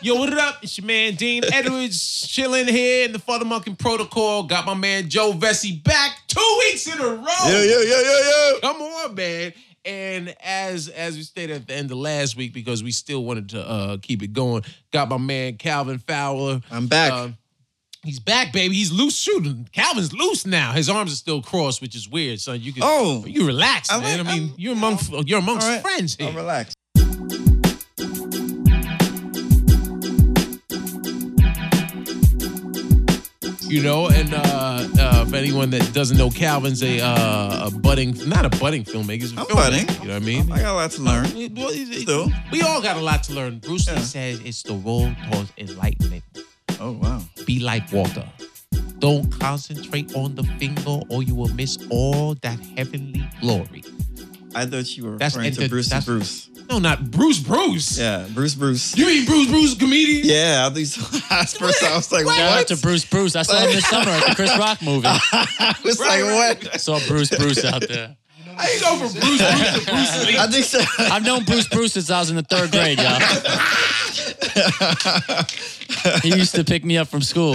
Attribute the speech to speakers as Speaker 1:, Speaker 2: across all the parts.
Speaker 1: Yo, what it up? It's your man Dean Edwards chilling here in the Father Monkey Protocol. Got my man Joe Vesey back two weeks in a row.
Speaker 2: Yo, yo, yo, yo, yo.
Speaker 1: Come on, man. And as as we stated at the end of last week, because we still wanted to uh, keep it going, got my man Calvin Fowler.
Speaker 2: I'm back.
Speaker 1: Uh, he's back, baby. He's loose shooting. Calvin's loose now. His arms are still crossed, which is weird. Son, you can
Speaker 2: Oh.
Speaker 1: you relax,
Speaker 2: I'm
Speaker 1: man.
Speaker 2: like-
Speaker 1: I mean,
Speaker 2: I'm-
Speaker 1: you're among you're amongst
Speaker 2: All right.
Speaker 1: friends here.
Speaker 2: I'm relaxed.
Speaker 1: you know and uh, uh for anyone that doesn't know calvin's a uh a budding not a budding filmmaker he's a
Speaker 2: I'm
Speaker 1: filmmaker,
Speaker 2: budding.
Speaker 1: you know what i mean
Speaker 2: I got a lot to learn.
Speaker 1: We- well, he's- he's-
Speaker 2: Still.
Speaker 1: we all got a lot to learn bruce lee
Speaker 2: Yeah.
Speaker 1: says it's the road towards enlightenment
Speaker 2: Oh, wow.
Speaker 1: be like water don't concentrate on the finger or you will miss all that heavenly glory
Speaker 2: I thought you were
Speaker 1: That's
Speaker 2: referring to
Speaker 1: inter-
Speaker 2: Bruce
Speaker 1: that's-
Speaker 2: Bruce.
Speaker 1: no not bruce bruce
Speaker 2: Yeah, Bruce Bruce.
Speaker 1: you mean bruce bruce comedian
Speaker 2: Yeah, at least at first I was like, what?
Speaker 1: Wait,
Speaker 3: Shout out to Bruce Bruce. I saw him this summer at the Chris Rock movie.
Speaker 2: I was
Speaker 1: Right,
Speaker 2: like,
Speaker 1: right.
Speaker 2: what?
Speaker 3: Saw Bruce Bruce out there.
Speaker 1: i ain't go from bruce bruce to bruce lee
Speaker 2: I think so.
Speaker 1: Uh,
Speaker 3: I've known Bruce Bruce since I was in the third grade, y'all. He used to pick me up from school.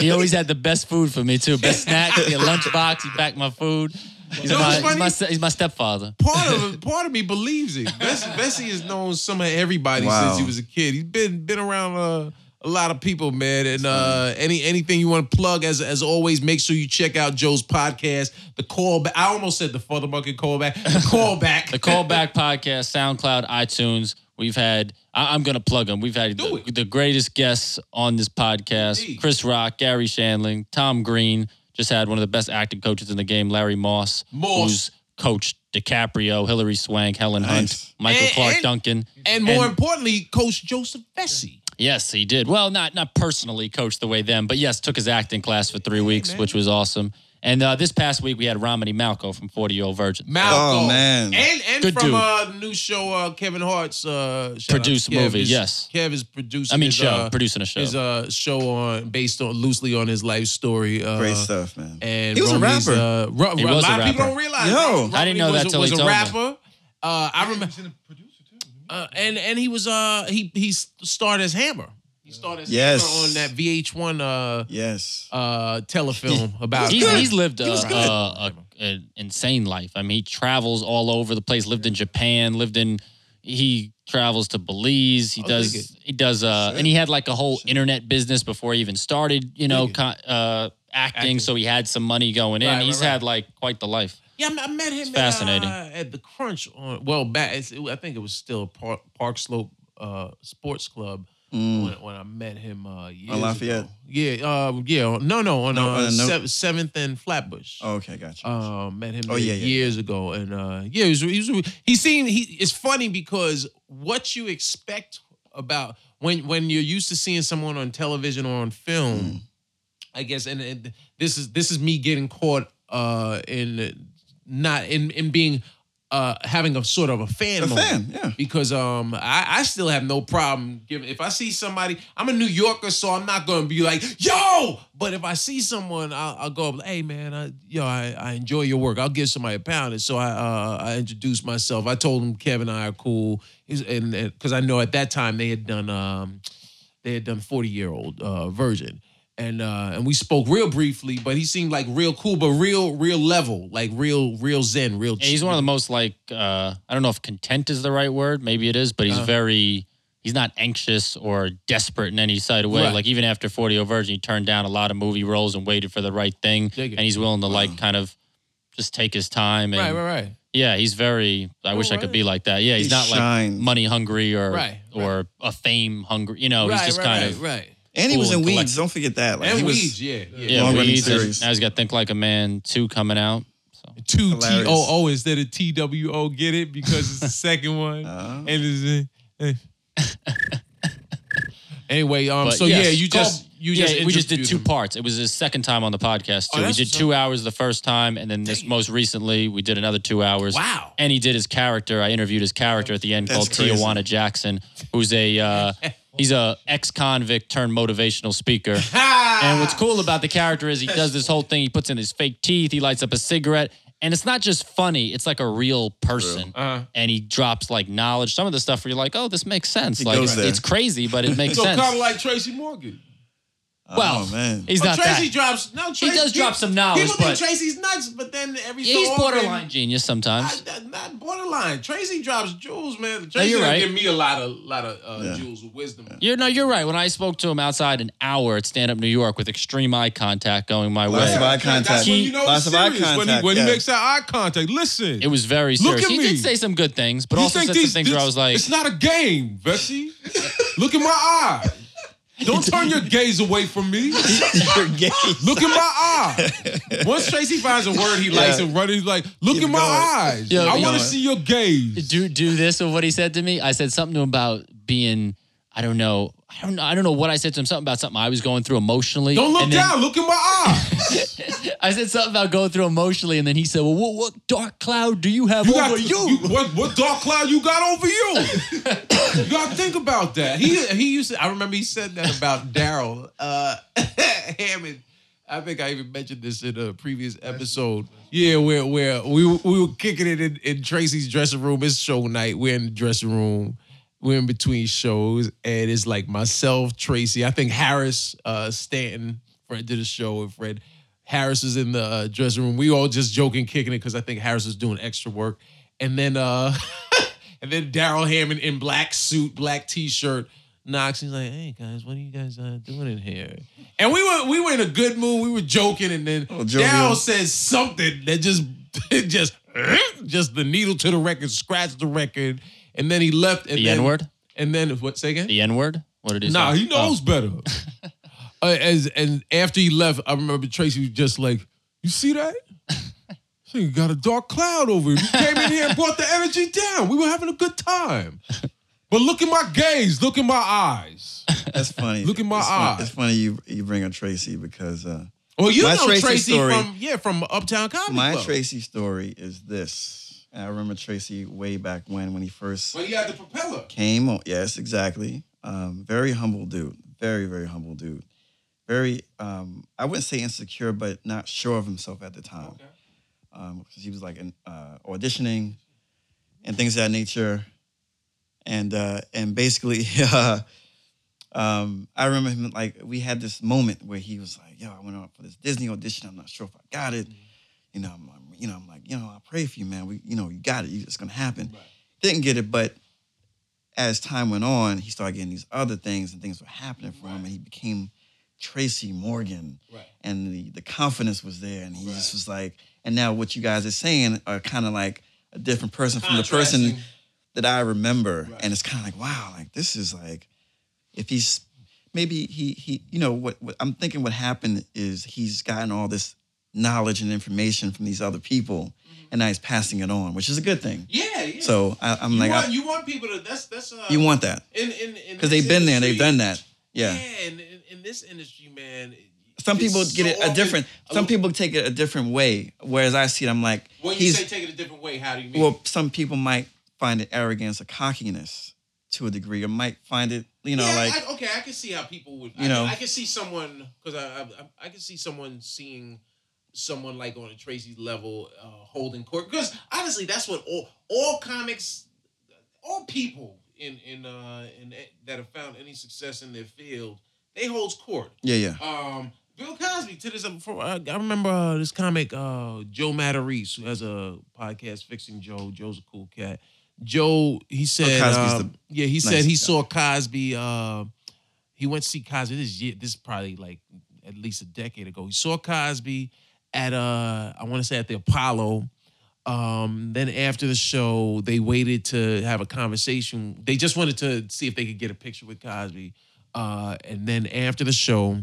Speaker 3: He always had the best food for me too. Best snack, a lunchbox. He packed my food. He's,
Speaker 1: You know
Speaker 3: my,
Speaker 1: what's
Speaker 3: he's,
Speaker 1: funny?
Speaker 3: my, se- he's my stepfather.
Speaker 1: part of part of me believes it. Bessie, Bessie has known some of everybody
Speaker 2: Wow.
Speaker 1: since he was a kid. He's been been around uh, a lot of people, man. And uh, any anything you want to plug, as as always, make sure you check out Joe's podcast, the callback. I almost said the father bucket callback, the callback,
Speaker 3: The Callback Podcast, SoundCloud, iTunes. We've had, I, am going to plug them. We've had
Speaker 1: Do
Speaker 3: the,
Speaker 1: it.
Speaker 3: the greatest guests on this podcast
Speaker 1: Indeed.
Speaker 3: Chris Rock, Gary Shandling, Tom Green. Just had one of the best acting coaches in the game, Larry Moss,
Speaker 1: Moss.
Speaker 3: who's coached DiCaprio, Hillary Swank, Helen
Speaker 2: Nice.
Speaker 3: Hunt, Michael
Speaker 1: And-
Speaker 3: Clark
Speaker 1: and-
Speaker 3: Duncan.
Speaker 1: and more importantly, Coach Joseph Bessie.
Speaker 3: Yes, he did. Well, not not personally coached the way them, but yes, took his acting class for three weeks, which was awesome. And uh, this past week, we had Romany Malco from 40 Year Old Virgin.
Speaker 1: Malcolm.
Speaker 2: Oh, man.
Speaker 1: and and
Speaker 3: Good
Speaker 1: from
Speaker 3: dude.
Speaker 1: uh, the new show uh, Kevin Hart's uh, shout out
Speaker 3: Produced
Speaker 1: to Kev,
Speaker 3: movie,
Speaker 1: is-
Speaker 3: yes.
Speaker 1: Kev is producing.
Speaker 3: I mean,
Speaker 1: his,
Speaker 3: show,
Speaker 1: uh,
Speaker 3: producing a show.
Speaker 1: his uh, show on based on loosely on his life story. Uh,
Speaker 2: Great stuff, man.
Speaker 1: And
Speaker 2: he was
Speaker 1: Romney's,
Speaker 2: a rapper.
Speaker 1: Uh, Ro-
Speaker 3: He
Speaker 1: Ro-
Speaker 3: was
Speaker 1: a
Speaker 3: a
Speaker 1: lot of people
Speaker 3: rapper.
Speaker 1: don't realize.
Speaker 2: Yo.
Speaker 1: Ro-
Speaker 3: I didn't know
Speaker 1: Romney was,
Speaker 3: that
Speaker 1: a-
Speaker 3: till
Speaker 1: was a
Speaker 3: he told me.
Speaker 1: rapper. Uh, I remember,
Speaker 4: He's in a producer too.
Speaker 1: uh, and and he was uh he he starred as Hammer. He starred as
Speaker 2: Yes.
Speaker 1: Hammer on that VH1 uh
Speaker 2: Yes.
Speaker 1: uh telefilm about.
Speaker 3: he's,
Speaker 1: uh,
Speaker 3: he's lived a,
Speaker 2: was good.
Speaker 3: a, a, an insane life. I mean, he travels all over the place. Lived in Japan. Lived in. He travels to Belize. He
Speaker 1: I'll dig
Speaker 3: does. He does. Uh, and he had like a whole internet business before he even started. You know,
Speaker 1: Dig it.
Speaker 3: con, uh, acting,
Speaker 1: Acting.
Speaker 3: So he had some money going in.
Speaker 1: Right, right,
Speaker 3: He's
Speaker 1: right.
Speaker 3: had like quite the life.
Speaker 1: yeah, I- I met him.
Speaker 3: It's fascinating.
Speaker 1: At, uh, at the Crunch on well back. It's, it, I think it was still Park, Park Slope uh Sports Club.
Speaker 2: Mm.
Speaker 1: When, when I met him uh, years
Speaker 2: Lafayette?
Speaker 1: ago. yeah, uh, yeah, on- no, no, on
Speaker 2: No,
Speaker 1: uh,
Speaker 2: on a note-
Speaker 1: Sev- Seventh and Flatbush.
Speaker 2: Oh, okay, gotcha.
Speaker 1: uh, met him
Speaker 2: Oh, yeah, yeah,
Speaker 1: years ago, and uh, yeah, he, was, he, was, he seemed he. It's funny because what you expect about when when you're used to seeing someone on television or on film,
Speaker 2: Mm.
Speaker 1: I guess, and, and this is this is me getting caught uh, in not in in being uh, having a sort of a fan
Speaker 2: a
Speaker 1: moment
Speaker 2: fan, yeah.
Speaker 1: because um I, I still have no problem giving if I see somebody I'm a New Yorker so I'm not gonna be like yo but if I see someone I'll, I'll go up hey man I yo I, I enjoy your work I'll give somebody a pound and so I uh, I introduced myself I told him Kevin and I are cool He's- and because I know at that time they had done um they had done 40 year old uh, virgin and uh, and we spoke real briefly but he seemed like real cool but real real level like real real zen real
Speaker 3: Yeah, he's one of the most like uh, I don't know if content is the right word. Maybe it is, but he's
Speaker 1: Uh-huh.
Speaker 3: very. He's not anxious or desperate in any side of way.
Speaker 1: Right.
Speaker 3: Like even after 40 over Virgin, he turned down a lot of movie roles and waited for the right thing.
Speaker 1: Dig it.
Speaker 3: And he's willing to like kind of just take his time. And
Speaker 1: right right right
Speaker 3: yeah, he's very. I wish I
Speaker 1: right.
Speaker 3: could be like that. Yeah, he's
Speaker 2: He
Speaker 3: not
Speaker 2: shines.
Speaker 3: like money hungry or
Speaker 1: Right, right.
Speaker 3: or a fame hungry. You know, Oh, he's
Speaker 1: right,
Speaker 3: just
Speaker 1: right,
Speaker 3: kind
Speaker 1: right,
Speaker 3: of
Speaker 1: right.
Speaker 2: and he was
Speaker 3: cool
Speaker 2: in
Speaker 3: and
Speaker 2: Weeds. Don't forget that. Like, he
Speaker 1: and
Speaker 2: was,
Speaker 1: weeds, yeah, yeah.
Speaker 3: yeah.
Speaker 2: Long-running
Speaker 3: Weeds, and
Speaker 2: series.
Speaker 3: now he's got Think Like a Man two coming out. So
Speaker 1: Two T
Speaker 2: Hilarious.
Speaker 1: O O instead of T W O. Get it because it's the second one.
Speaker 3: Uh-huh.
Speaker 2: Uh,
Speaker 1: and it's, uh, eh. anyway, um,
Speaker 3: But
Speaker 1: so
Speaker 3: yes,
Speaker 1: yeah, you
Speaker 3: call-
Speaker 1: just you
Speaker 3: yeah,
Speaker 1: just
Speaker 3: we just did two
Speaker 1: interviewed him.
Speaker 3: parts. It was his second time on the podcast
Speaker 1: Oh,
Speaker 3: too. we
Speaker 1: that's
Speaker 3: did
Speaker 1: what's
Speaker 3: two hours the first time, and then this most recently we did another two hours.
Speaker 1: Wow.
Speaker 3: And he did his character. I interviewed his character at the end
Speaker 2: That's
Speaker 3: called
Speaker 2: crazy.
Speaker 3: Tijuana Jackson, who's a uh, he's a ex convict turned motivational speaker.
Speaker 1: Ah!
Speaker 3: And what's cool about the character is he does this whole thing. He puts in his fake teeth. He lights up a cigarette. And it's not just funny, it's like a real person.
Speaker 1: Uh-huh.
Speaker 3: And he drops like knowledge, some of the stuff where you're like, oh, this makes sense.
Speaker 2: He
Speaker 3: like,
Speaker 2: goes there.
Speaker 3: it's crazy, but it makes
Speaker 1: So
Speaker 3: sense.
Speaker 1: kind of like Tracy Morgan.
Speaker 3: well,
Speaker 2: oh, man.
Speaker 3: he's
Speaker 1: Oh,
Speaker 3: not
Speaker 1: Tracy
Speaker 3: that.
Speaker 1: drops. No, Tracy,
Speaker 3: does drop some knowledge,
Speaker 1: People
Speaker 3: but-
Speaker 1: think Tracy's nuts, but then every
Speaker 3: Yeah,
Speaker 1: so
Speaker 3: he's
Speaker 1: often-
Speaker 3: borderline genius sometimes.
Speaker 1: I- I- not borderline. Tracy drops jewels, man. Tracy
Speaker 3: you're
Speaker 1: done
Speaker 3: right.
Speaker 1: give me a lot of lot of uh,
Speaker 2: Yeah.
Speaker 1: jewels of wisdom.
Speaker 3: You're no, you're right. When I spoke to him outside an hour at Stand Up New York with extreme eye contact going my
Speaker 2: Lots of
Speaker 3: way,
Speaker 2: eye
Speaker 1: That's
Speaker 2: contact.
Speaker 1: when you know
Speaker 2: Lots
Speaker 1: it's
Speaker 2: of eye
Speaker 1: serious, when he,
Speaker 2: contact,
Speaker 1: when he
Speaker 2: yeah.
Speaker 1: makes that eye contact. Listen,
Speaker 3: it was very
Speaker 1: Look
Speaker 3: serious.
Speaker 1: at
Speaker 3: He
Speaker 1: me.
Speaker 3: did say some good things, but
Speaker 1: You
Speaker 3: also
Speaker 1: think
Speaker 3: said
Speaker 1: these-
Speaker 3: some things where I
Speaker 1: this-
Speaker 3: was like,
Speaker 1: it's not a game, Vessi. Look at my eye. Don't turn your gaze away from me.
Speaker 2: You're gay.
Speaker 1: Look in my eye. Once Tracy finds a word he likes
Speaker 2: Yeah.
Speaker 1: and running, he's like, look
Speaker 2: You
Speaker 1: in my
Speaker 2: know it.
Speaker 1: eyes.
Speaker 3: Yeah,
Speaker 1: I
Speaker 3: you
Speaker 1: want to
Speaker 2: know it.
Speaker 1: see your gaze.
Speaker 3: do do this or what he said to me. I said something to him about being I don't know I don't know I don't know what I said to him. Something about something I was going through emotionally.
Speaker 1: Don't look
Speaker 3: and then
Speaker 1: down. Look in my eye.
Speaker 3: I said something about going through emotionally, and then he said, "Well, what, what dark cloud do you have
Speaker 1: You
Speaker 3: over
Speaker 1: got
Speaker 3: you?"
Speaker 1: you- What, what dark cloud you got over you? you got to think about that. He he used to. I remember he said that about Daryl uh, Hammond. I think I even mentioned this in a previous episode. Yeah, where where we were- we were kicking it in, in Tracy's dressing room. It's show night. We're in the dressing room. We're in between shows, and it's like myself, Tracy. I think Harris uh, Stanton, friend did a show with Fred. Harris is in the uh, dressing room. We all just joking, kicking it because I think Harris was doing extra work. And then uh and then Daryl Hammond in black suit, black t-shirt, knocks. He's like, "Hey guys, what are you guys uh, doing in here?" And we were we were in a good mood. We were joking, and then
Speaker 2: Oh, jovial.
Speaker 1: Daryl says something that just it just just the needle to the record, scratched the record, and then he left. And
Speaker 3: The
Speaker 1: then-
Speaker 3: N-word?
Speaker 1: And then what? Say again.
Speaker 3: The N word? What did he
Speaker 1: Nah,
Speaker 3: say? Oh,
Speaker 1: he knows better. uh, as and after he left, I remember Tracy was just like, "You see that? So you got a dark cloud over you. You came in here and brought the energy down. We were having a good time, but look in my gaze, look in my eyes.
Speaker 2: That's funny.
Speaker 1: Look in my
Speaker 2: it's fun-
Speaker 1: eye.
Speaker 2: it's funny you you bring up Tracy because uh,
Speaker 1: Well, you
Speaker 2: My
Speaker 1: know Tracy,
Speaker 2: Tracy story-
Speaker 1: from yeah from Uptown Comedy
Speaker 2: my
Speaker 1: Club.
Speaker 2: Tracy story is this. And I remember Tracy way back when when he first
Speaker 1: Well, you had the propeller.
Speaker 2: came on. Yes, exactly. Um, very humble dude. Very very humble dude. Very um, I wouldn't say insecure, but not sure of himself at the time.
Speaker 1: Okay.
Speaker 2: um, because he was like an, uh, auditioning and things of that nature. And uh, and basically, um, I remember him like we had this moment where he was like, "Yo, I went out for this Disney audition. I'm not sure if I got
Speaker 1: Mm-hmm.
Speaker 2: it. You know, I'm, I'm- you know, I'm like, you know, I pray for you, man. We, you know, you got it. You- It's gonna happen.
Speaker 1: Right.
Speaker 2: Didn't get it, but as time went on, he started getting these other things, and things were happening for him, and he became Tracy Morgan
Speaker 1: Right.
Speaker 2: and the, the confidence was there and he
Speaker 1: Right.
Speaker 2: just was like and now what you guys are saying are kind of like a different person from the person
Speaker 1: Contrasting.
Speaker 2: that i remember
Speaker 1: Right.
Speaker 2: and it's kind of like wow like this is like if he's maybe he he you know what, what i'm thinking what happened is he's gotten all this knowledge and information from these other people and now he's passing it on which is a good thing
Speaker 1: Yeah, Mm-hmm. yeah.
Speaker 2: so I, i'm
Speaker 1: you,
Speaker 2: like
Speaker 1: want,
Speaker 2: I-
Speaker 1: you want people to that's that's uh,
Speaker 2: you want that
Speaker 1: in in because
Speaker 2: because they've been there and they've done that yeah
Speaker 1: and in, in this industry, man. it-
Speaker 2: some
Speaker 1: it's
Speaker 2: people
Speaker 1: so
Speaker 2: get it a
Speaker 1: often-
Speaker 2: different
Speaker 1: a
Speaker 2: some
Speaker 1: little-
Speaker 2: people take it a different way whereas i see it i'm like
Speaker 1: When you
Speaker 2: he's
Speaker 1: say take it a different way, how do you mean?
Speaker 2: well some people might find it arrogance or cockiness to a degree or might find it you know
Speaker 1: yeah,
Speaker 2: like
Speaker 1: I, okay, I can see how people would.
Speaker 2: You
Speaker 1: I,
Speaker 2: know.
Speaker 1: I can see someone because I, I I can see someone seeing someone like on a Tracy level uh, holding court because honestly, that's what all all comics, all people in in uh in that have found any success in their field, they holds court.
Speaker 2: yeah yeah
Speaker 1: Um, Bill Cosby to this. Before, I, I remember uh, this comic, uh, Joe Matarese, who has a podcast, Fixing Joe. Joe's a cool cat. Joe, he said,
Speaker 2: Oh, Cosby's
Speaker 1: uh,
Speaker 2: the
Speaker 1: yeah, he said
Speaker 2: nice
Speaker 1: he
Speaker 2: guy.
Speaker 1: saw Cosby. Uh, he went to see Cosby this year. This is probably like at least a decade ago. He saw Cosby at uh, I want to say at the Apollo. Um, then after the show, they waited to have a conversation. They just wanted to see if they could get a picture with Cosby. Uh, and then after the show,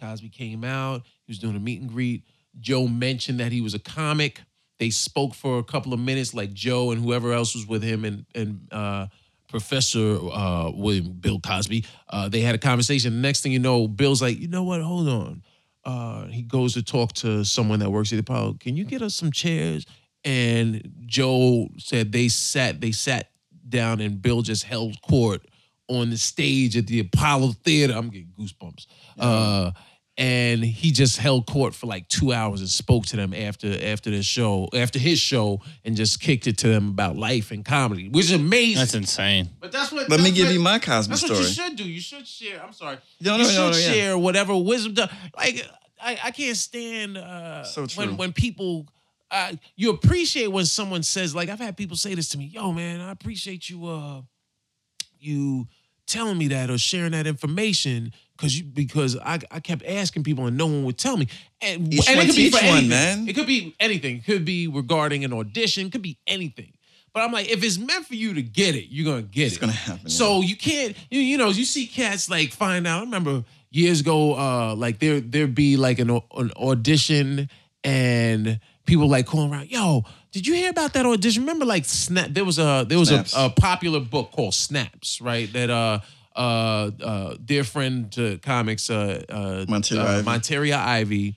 Speaker 1: Cosby came out. He was doing a meet and greet. Joe mentioned that he was a comic. They spoke for a couple of minutes, like Joe and whoever else was with him, and and uh, Professor uh, William Bill Cosby. Uh, they had a conversation. The next thing you know, Bill's like, you know what? Hold on. Uh, he goes to talk to someone that works at the Apollo. Can you get us some chairs? And Joe said they sat. They sat down, and Bill just held court on the stage at the Apollo Theater. I'm getting goosebumps. Uh, and he just held court for like two hours and spoke to them after after the show, after his show, and just kicked it to them about life and comedy, which is amazing.
Speaker 3: That's insane.
Speaker 1: but that's what.
Speaker 2: Let me
Speaker 1: that's
Speaker 2: give
Speaker 1: what-
Speaker 2: you my Cosby
Speaker 1: That's
Speaker 2: story.
Speaker 1: what you should do. You should share. I'm sorry.
Speaker 2: No,
Speaker 1: you
Speaker 2: no, no,
Speaker 1: should
Speaker 2: no, yeah.
Speaker 1: share whatever wisdom. Like I, I can't stand uh,
Speaker 2: So true.
Speaker 1: when when people. Uh, you appreciate when someone says like I've had people say this to me. Yo, man, I appreciate you. Uh, you telling me that or sharing that information because you because I, I kept asking people and no one would tell me. And,
Speaker 2: Each
Speaker 1: and
Speaker 2: one
Speaker 1: it could be
Speaker 2: teach
Speaker 1: for
Speaker 2: one,
Speaker 1: anything.
Speaker 2: man.
Speaker 1: It could be anything. It could be regarding an audition. It could be anything. But I'm like, if it's meant for you to get it, you're gonna get it.
Speaker 2: It's gonna happen.
Speaker 1: So you can't, you, you know, you see cats like find out. I remember years ago, uh, like there there'd be like an, au- an audition and people like calling around, yo, did you hear about that audition? Remember like Snap? There was a there was a,
Speaker 2: Snaps.
Speaker 1: a popular book called Snaps, right? That uh uh uh dear friend to comics uh uh
Speaker 2: Monteria
Speaker 1: uh,
Speaker 2: Ivey.
Speaker 1: Monteria Ivy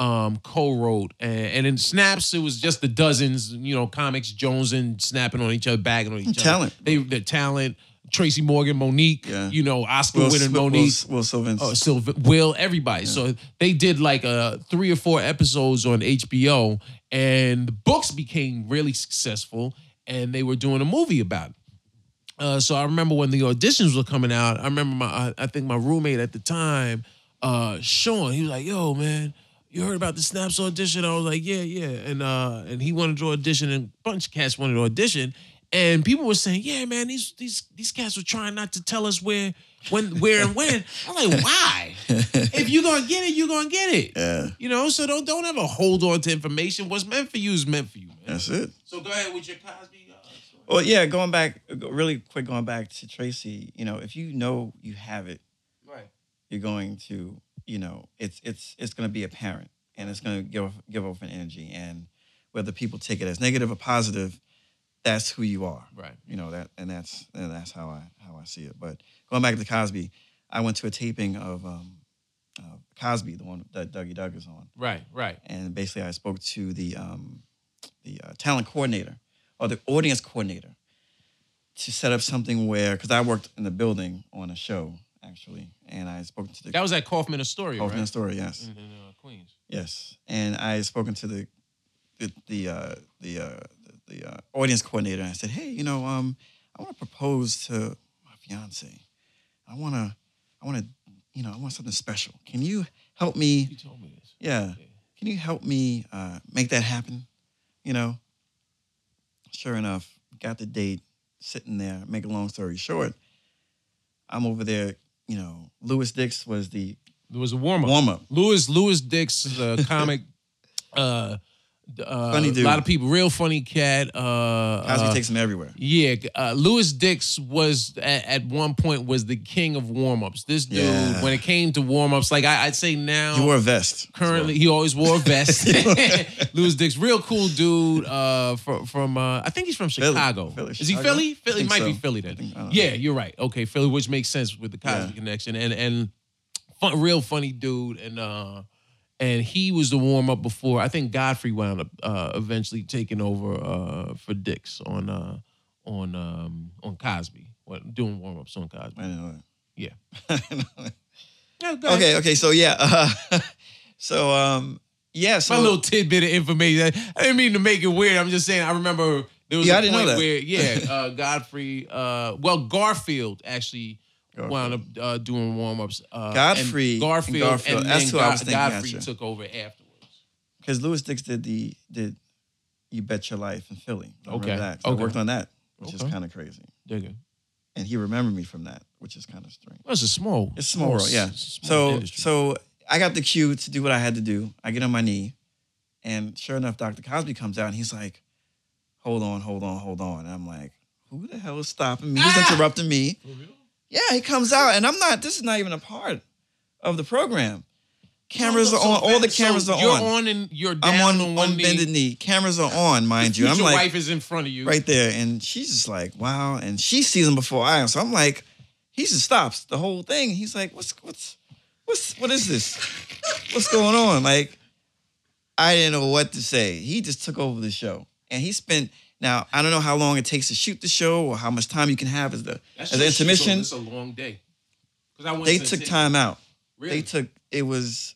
Speaker 1: um co-wrote and, and in snaps it was just the dozens you know comics jones and snapping on each other bagging on each other
Speaker 2: Talent.
Speaker 1: they the talent Tracy Morgan, Monique,
Speaker 2: Yeah.
Speaker 1: you know, Oscar
Speaker 2: Will,
Speaker 1: winner
Speaker 2: Smith- Will,
Speaker 1: Monique,
Speaker 2: Will Sylvan.
Speaker 1: uh, Sylv- Will, everybody. So they did like uh, three or four episodes on HBO, and the books became really successful, and they were doing a movie about it. Uh, so I remember when the auditions were coming out. I remember my, I, I think my roommate at the time, uh, Sean. He was like, "Yo, man, you heard about the Snaps audition?" I was like, "Yeah, yeah." And uh, and he wanted to audition, and a bunch of cats wanted to audition, and people were saying, "Yeah, man, these these these cats were trying not to tell us where, when, where, and when." I'm like, "Why? if you're gonna get it, you're gonna get it."
Speaker 2: Yeah.
Speaker 1: You know, so don't don't ever hold on to information. What's meant for you is meant for you, man.
Speaker 2: That's it.
Speaker 1: So go ahead with your Cosby. Uh, story.
Speaker 2: Well, yeah. Going back, really quick. Going back to Tracy. You know, if you know you have it,
Speaker 1: right.
Speaker 2: you're going to you know it's it's it's going to be apparent and it's going to give give off an energy and whether people take it as negative or positive that's who you are
Speaker 1: Right.
Speaker 2: you know that and that's and that's how i how i see it but going back to cosby i went to a taping of um uh, cosby the one that dougie doug is on
Speaker 1: Right. Right.
Speaker 2: and basically i spoke to the um the uh, talent coordinator or the audience coordinator to set up something where because i worked in the building on a show actually and i spoke to the
Speaker 1: That was at Kaufman Astoria,
Speaker 2: Alternate
Speaker 1: right?
Speaker 2: story, yes,
Speaker 1: In, in, uh, Queens.
Speaker 2: yes. And I had spoken to the the the uh, the, uh, the uh, audience coordinator, and I said, "Hey, you know, um, I want to propose to my fiance. I want to, I want to, you know, I want something special. Can you help me?
Speaker 1: You told me this.
Speaker 2: Yeah, can you help me uh, make that happen? You know." Sure enough, got the date. Sitting there, make a long story short, I'm over there. You know, Lewis Dix was the
Speaker 1: There was a warm up.
Speaker 2: warm up.
Speaker 1: Lewis Lewis Dix is a comic. uh, d- uh,
Speaker 2: Funny
Speaker 1: A
Speaker 2: dude.
Speaker 1: lot of people, real funny cat. Uh,
Speaker 2: Cosby
Speaker 1: uh,
Speaker 2: takes him everywhere.
Speaker 1: yeah, uh, Lewis Dix was at, at one point was the king of warm ups. This dude,
Speaker 2: Yeah.
Speaker 1: when it came to warm ups, like I, I'd say now,
Speaker 2: You wore a vest.
Speaker 1: currently he always wore a vest. Louis Dix, real cool dude. Uh, from from uh, I think he's from
Speaker 2: Philly.
Speaker 1: Chicago.
Speaker 2: Philly,
Speaker 1: Is he
Speaker 2: Chicago?
Speaker 1: Philly?
Speaker 2: I
Speaker 1: Philly it
Speaker 2: think
Speaker 1: might be
Speaker 2: so.
Speaker 1: Philly then.
Speaker 2: think- I don't know.
Speaker 1: yeah, you're right. Okay, Philly, which makes sense with the Cosby
Speaker 2: Yeah.
Speaker 1: connection and and fun, real funny dude and uh. And he was the warm up before. I think Godfrey wound up uh, eventually taking over uh, for Dix on uh, on um, on Cosby, what, doing warm ups on Cosby.
Speaker 2: I didn't know that.
Speaker 1: Yeah.
Speaker 2: I didn't know that.
Speaker 1: Yeah, go ahead.
Speaker 2: okay, okay. So yeah. Uh, so um yeah, so
Speaker 1: my little tidbit of information. I didn't mean to make it weird. I'm just saying. I remember there was
Speaker 2: Yeah,
Speaker 1: a
Speaker 2: I didn't know
Speaker 1: point
Speaker 2: that.
Speaker 1: where yeah, uh, Godfrey. Uh, well, Garfield actually wound up uh, doing warm ups. Uh, and
Speaker 2: Godfrey and
Speaker 1: Garfield, and,
Speaker 2: Garfield.
Speaker 1: then
Speaker 2: That's who I was thinking,
Speaker 1: Godfrey
Speaker 2: gotcha.
Speaker 1: took over afterwards.
Speaker 2: because Lewis Dix did the did You Bet Your Life in Philly. I remember
Speaker 1: Okay,
Speaker 2: That. So I
Speaker 1: okay.
Speaker 2: worked on that, which
Speaker 1: Okay.
Speaker 2: is kind of crazy.
Speaker 1: Dig it.
Speaker 2: And he remembered me from that, which is kind of strange.
Speaker 1: That's a small.
Speaker 2: It's small, world,
Speaker 1: s-
Speaker 2: yeah.
Speaker 1: small
Speaker 2: So
Speaker 1: industry.
Speaker 2: so I got the cue to do what I had to do. I get on my knee, and sure enough, Dr. Cosby comes out and he's like, "Hold on, hold on, hold on." And I'm like, "Who the hell is stopping me? Who's
Speaker 1: Ah!
Speaker 2: interrupting me?"
Speaker 1: For real?
Speaker 2: Yeah, he comes out, and I'm not. This is not even a part of the program. Cameras
Speaker 1: So-
Speaker 2: are on.
Speaker 1: so
Speaker 2: All the
Speaker 1: fa-
Speaker 2: cameras
Speaker 1: so
Speaker 2: are
Speaker 1: you're
Speaker 2: on.
Speaker 1: on and you're down
Speaker 2: I'm
Speaker 1: on
Speaker 2: on one
Speaker 1: one knee.
Speaker 2: bended knee. Cameras are on, mind you.
Speaker 1: Your
Speaker 2: I'm like
Speaker 1: wife is in front of you.
Speaker 2: right there, and she's just like, wow. And she sees him before I am, so I'm like, he just stops the whole thing. He's like, what's what's what's what is this? What's going on? Like, I didn't know what to say. He just took over the show, and he spent. Now I don't know how long it takes to shoot the show, or how much time you can have as the
Speaker 1: That's
Speaker 2: as the
Speaker 1: just- so
Speaker 2: intermission.
Speaker 1: It's a long day. 'Cause I went
Speaker 2: They
Speaker 1: to
Speaker 2: took
Speaker 1: Sydney.
Speaker 2: time out.
Speaker 1: Really?
Speaker 2: They took it was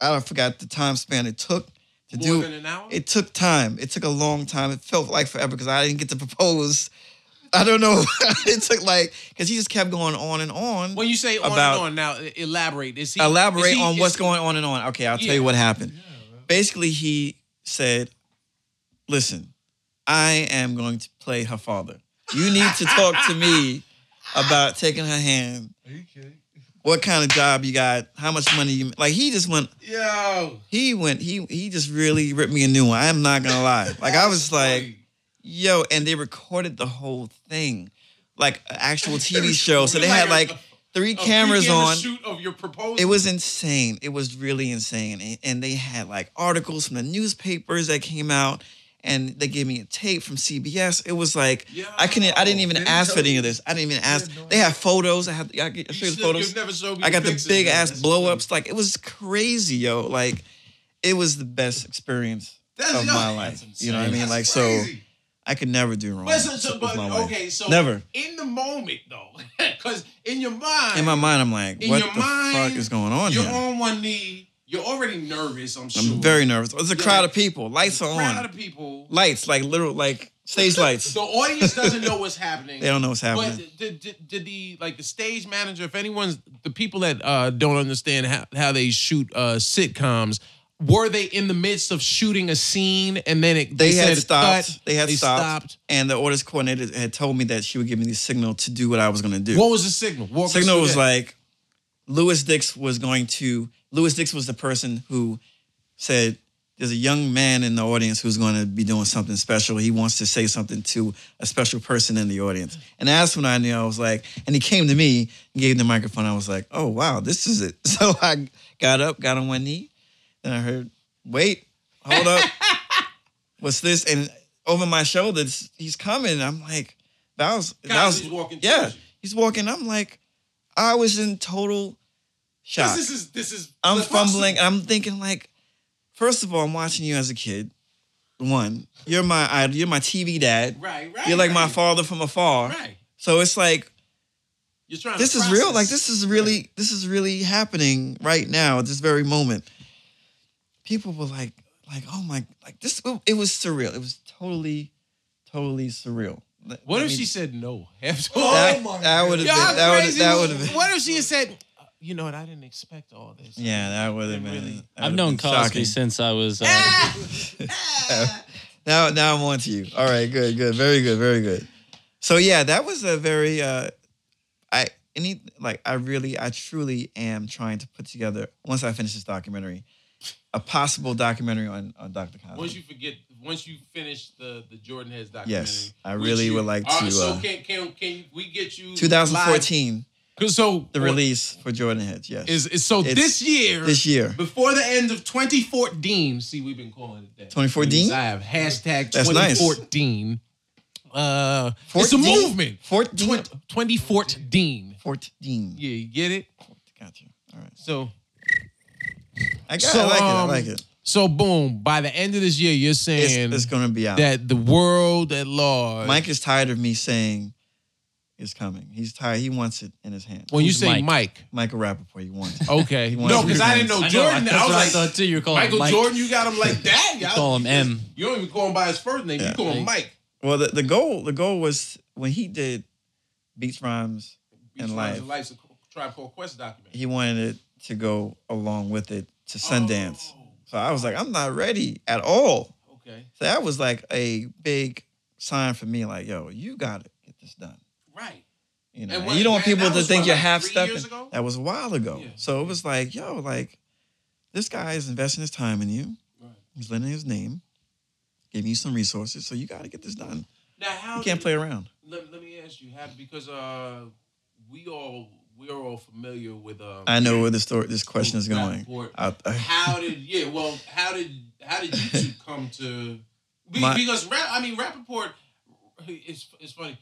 Speaker 2: I forgot the time span it took to
Speaker 1: More
Speaker 2: do.
Speaker 1: than an hour?
Speaker 2: It took time. It took a long time. It felt like forever because I didn't get to propose. I don't know. it took like because he just kept going on and on.
Speaker 1: When you say on
Speaker 2: About-
Speaker 1: and on, now e- elaborate. Is he
Speaker 2: elaborate
Speaker 1: is he-
Speaker 2: on
Speaker 1: is
Speaker 2: what's
Speaker 1: he-
Speaker 2: going on and on. Okay, I'll tell
Speaker 1: Yeah.
Speaker 2: you what happened. Basically, he said, "Listen, I am going to play her father. You need to talk to me about taking her hand. What kind of job you got? How much money you like?" He just went.
Speaker 1: Yo,
Speaker 2: He went. He he just really ripped me a new one. I'm not gonna lie. Like I was like,
Speaker 1: Oh,
Speaker 2: "Yo," and they recorded the whole thing, like an actual TV show. So they had like three
Speaker 1: a
Speaker 2: cameras
Speaker 1: pre-camera
Speaker 2: on.
Speaker 1: Shoot of your proposal.
Speaker 2: It was insane. It was really insane. And, and they had like articles from the newspapers that came out, and they gave me a tape from CBS. It was like I couldn't. I didn't even
Speaker 1: Yo, didn't
Speaker 2: ask for
Speaker 1: tell
Speaker 2: any
Speaker 1: you.
Speaker 2: of this. I didn't even ask.
Speaker 1: had no
Speaker 2: They had photos. I had. I get
Speaker 1: You
Speaker 2: I showed the
Speaker 1: still-
Speaker 2: photos.
Speaker 1: you've never showed me
Speaker 2: I got the
Speaker 1: pictures,
Speaker 2: big
Speaker 1: man.
Speaker 2: ass
Speaker 1: That's
Speaker 2: blow
Speaker 1: funny.
Speaker 2: ups. Like it was crazy, yo. Like it was the best experience
Speaker 1: That's-
Speaker 2: of
Speaker 1: yo,
Speaker 2: my
Speaker 1: that's
Speaker 2: life. You know what I
Speaker 3: insane.
Speaker 2: mean?
Speaker 1: That's
Speaker 2: Like so,
Speaker 1: crazy.
Speaker 2: I could never do wrong.
Speaker 1: But, so, so-
Speaker 2: with
Speaker 1: but
Speaker 2: my wife.
Speaker 1: okay, so
Speaker 2: never.
Speaker 1: in the moment though, because in your mind,
Speaker 2: In my mind, I'm like,
Speaker 1: In
Speaker 2: what
Speaker 1: your
Speaker 2: the fuck
Speaker 1: mind,
Speaker 2: is going on
Speaker 1: you're
Speaker 2: here?
Speaker 1: on one knee. You're already nervous. I'm
Speaker 2: I'm
Speaker 1: sure.
Speaker 2: very nervous. It's a
Speaker 1: Yeah.
Speaker 2: crowd of people. Lights are on.
Speaker 1: Crowd of people.
Speaker 2: lights, like literal, like stage lights.
Speaker 1: The audience doesn't know what's happening.
Speaker 2: They don't know what's
Speaker 1: But
Speaker 2: happening.
Speaker 1: did, did, did the like the stage manager? If anyone's the people that uh, don't understand how, how they shoot uh, sitcoms, were they in the midst of shooting a scene and then it,
Speaker 2: They, had
Speaker 1: said,
Speaker 2: stopped.
Speaker 1: "Cut,"
Speaker 2: they had stopped, and the orders coordinator had told me that she would give me the signal to do what I was going to do.
Speaker 1: What was the signal? Walk us
Speaker 2: signal
Speaker 1: through
Speaker 2: was
Speaker 1: that.
Speaker 2: like Lewis Dix was going to. Lewis Dix was the person who said, "There's a young man in the audience who's going to be doing something special. He wants to say something to a special person in the audience." And that's when I knew I was like, and he came to me, and gave the microphone. I was like, "Oh wow, this is it." So I got up, got on one knee, then I heard, "Wait, hold up." what's this? And over my shoulder, this- he's coming. And I'm like, that was, that was
Speaker 1: he's walking
Speaker 2: Yeah,
Speaker 1: towards you.
Speaker 2: he's walking. I'm like, I was in total shock.
Speaker 1: This is this is.
Speaker 2: I'm
Speaker 1: this possible.
Speaker 2: fumbling. And I'm thinking like, first of all, I'm watching you as a kid. One, you're my idol. You're my TV dad.
Speaker 1: Right, right.
Speaker 2: You're like my
Speaker 1: right,
Speaker 2: father from afar.
Speaker 1: Right.
Speaker 2: So it's like
Speaker 1: You're trying.
Speaker 2: this
Speaker 1: to
Speaker 2: is
Speaker 1: process.
Speaker 2: real. Like this is really this is really happening right now at this very moment. People were like, like, oh my, like this. It was surreal. It was totally, totally surreal. Let-
Speaker 1: What
Speaker 2: let
Speaker 1: if
Speaker 2: me-
Speaker 1: she said no?
Speaker 2: That,
Speaker 4: my
Speaker 2: that would have been.
Speaker 1: Yeah, I'm
Speaker 2: Oh That would
Speaker 1: crazy.
Speaker 2: that would have been.
Speaker 1: What if she had said, "You know what? I didn't expect all this."
Speaker 2: Yeah, that would have been.
Speaker 1: Really-
Speaker 2: that
Speaker 3: I've
Speaker 2: would've
Speaker 3: known
Speaker 2: been
Speaker 3: Cosby
Speaker 2: shocking.
Speaker 3: since I was. Uh,
Speaker 2: Ah, now, now I'm on to you. All right, good, good, very good, very good. So yeah, that was a very. uh I any like I really I truly am trying to put together once I finish this documentary, a possible documentary on, on Dr. Cosby.
Speaker 1: Once you forget, once you finish the the Jordan Heads documentary,
Speaker 2: Yes, I
Speaker 1: which
Speaker 2: really
Speaker 1: you-
Speaker 2: would like
Speaker 1: All right,
Speaker 2: to,
Speaker 1: so
Speaker 2: uh,
Speaker 1: can can can we get you
Speaker 2: 2014,
Speaker 1: live- So
Speaker 2: the release for Jordan Heads. Yes,
Speaker 1: is, is so
Speaker 2: It's-
Speaker 1: this year.
Speaker 2: this year.
Speaker 1: Before the end of 2014, see, we've been calling it that.
Speaker 2: 2014?
Speaker 1: I have hashtag
Speaker 2: That's nice.
Speaker 1: 2014. Uh, it's a
Speaker 2: 14?
Speaker 1: movement.
Speaker 2: 14.
Speaker 1: Twen- 2014.
Speaker 2: 14.
Speaker 1: Yeah, you get it.
Speaker 2: Gotcha. All right.
Speaker 1: So
Speaker 2: I, got,
Speaker 1: So,
Speaker 2: I like
Speaker 1: um,
Speaker 2: it. I like it.
Speaker 1: So boom, by the end of this year, you're saying
Speaker 2: It's, it's gonna be out.
Speaker 1: that the world at large.
Speaker 2: Mike is tired of me saying it's coming. He's tired. He wants it in his hand.
Speaker 1: when Oh. you
Speaker 3: Who's
Speaker 1: say Mike,
Speaker 3: Mike?
Speaker 2: Michael Rappaport, he wants it.
Speaker 1: okay,
Speaker 2: wants
Speaker 1: no, because I didn't know
Speaker 3: I know,
Speaker 1: Jordan. I,
Speaker 3: that's what I
Speaker 1: was like,
Speaker 3: thought too. You're calling
Speaker 1: Michael
Speaker 3: Mike.
Speaker 1: Jordan, you got him like that. Y'all-
Speaker 3: Call him M.
Speaker 1: You don't even call him by his first name. You
Speaker 2: Yeah.
Speaker 1: call him Mike.
Speaker 2: Well, the, the goal the goal was when he did Beats Rhymes,
Speaker 1: Beach
Speaker 2: And
Speaker 1: Rhymes
Speaker 2: Life.
Speaker 1: Life's a Tribe Called Quest document.
Speaker 2: he wanted it to go along with it to Sundance.
Speaker 1: Oh.
Speaker 2: So I was like, I'm not ready at all.
Speaker 1: Okay,
Speaker 2: So that was like a big sign for me, like, yo, you gotta get this done.
Speaker 1: right.
Speaker 2: You
Speaker 1: And
Speaker 2: know, and
Speaker 1: what-
Speaker 2: you don't want
Speaker 1: that-
Speaker 2: people
Speaker 1: that
Speaker 2: to
Speaker 1: was
Speaker 2: think
Speaker 1: what,
Speaker 2: you're
Speaker 1: like,
Speaker 2: half
Speaker 1: three
Speaker 2: stepping.
Speaker 1: years ago?
Speaker 2: That was a while ago.
Speaker 1: Yeah.
Speaker 2: So it was like, yo, like, this guy is investing his time in you.
Speaker 1: Right.
Speaker 2: He's lending his name, giving you some resources. So you gotta get this done.
Speaker 1: Now how
Speaker 2: You can't
Speaker 1: did-
Speaker 2: play around.
Speaker 1: Let, let me ask you how because uh, we all we're all familiar with um,
Speaker 2: I know where the story this question is going.
Speaker 1: Rappaport.
Speaker 2: I- I-
Speaker 1: how did yeah well how did how did you two come to be,
Speaker 2: My-
Speaker 1: because rap i mean rappaport it's, it's funny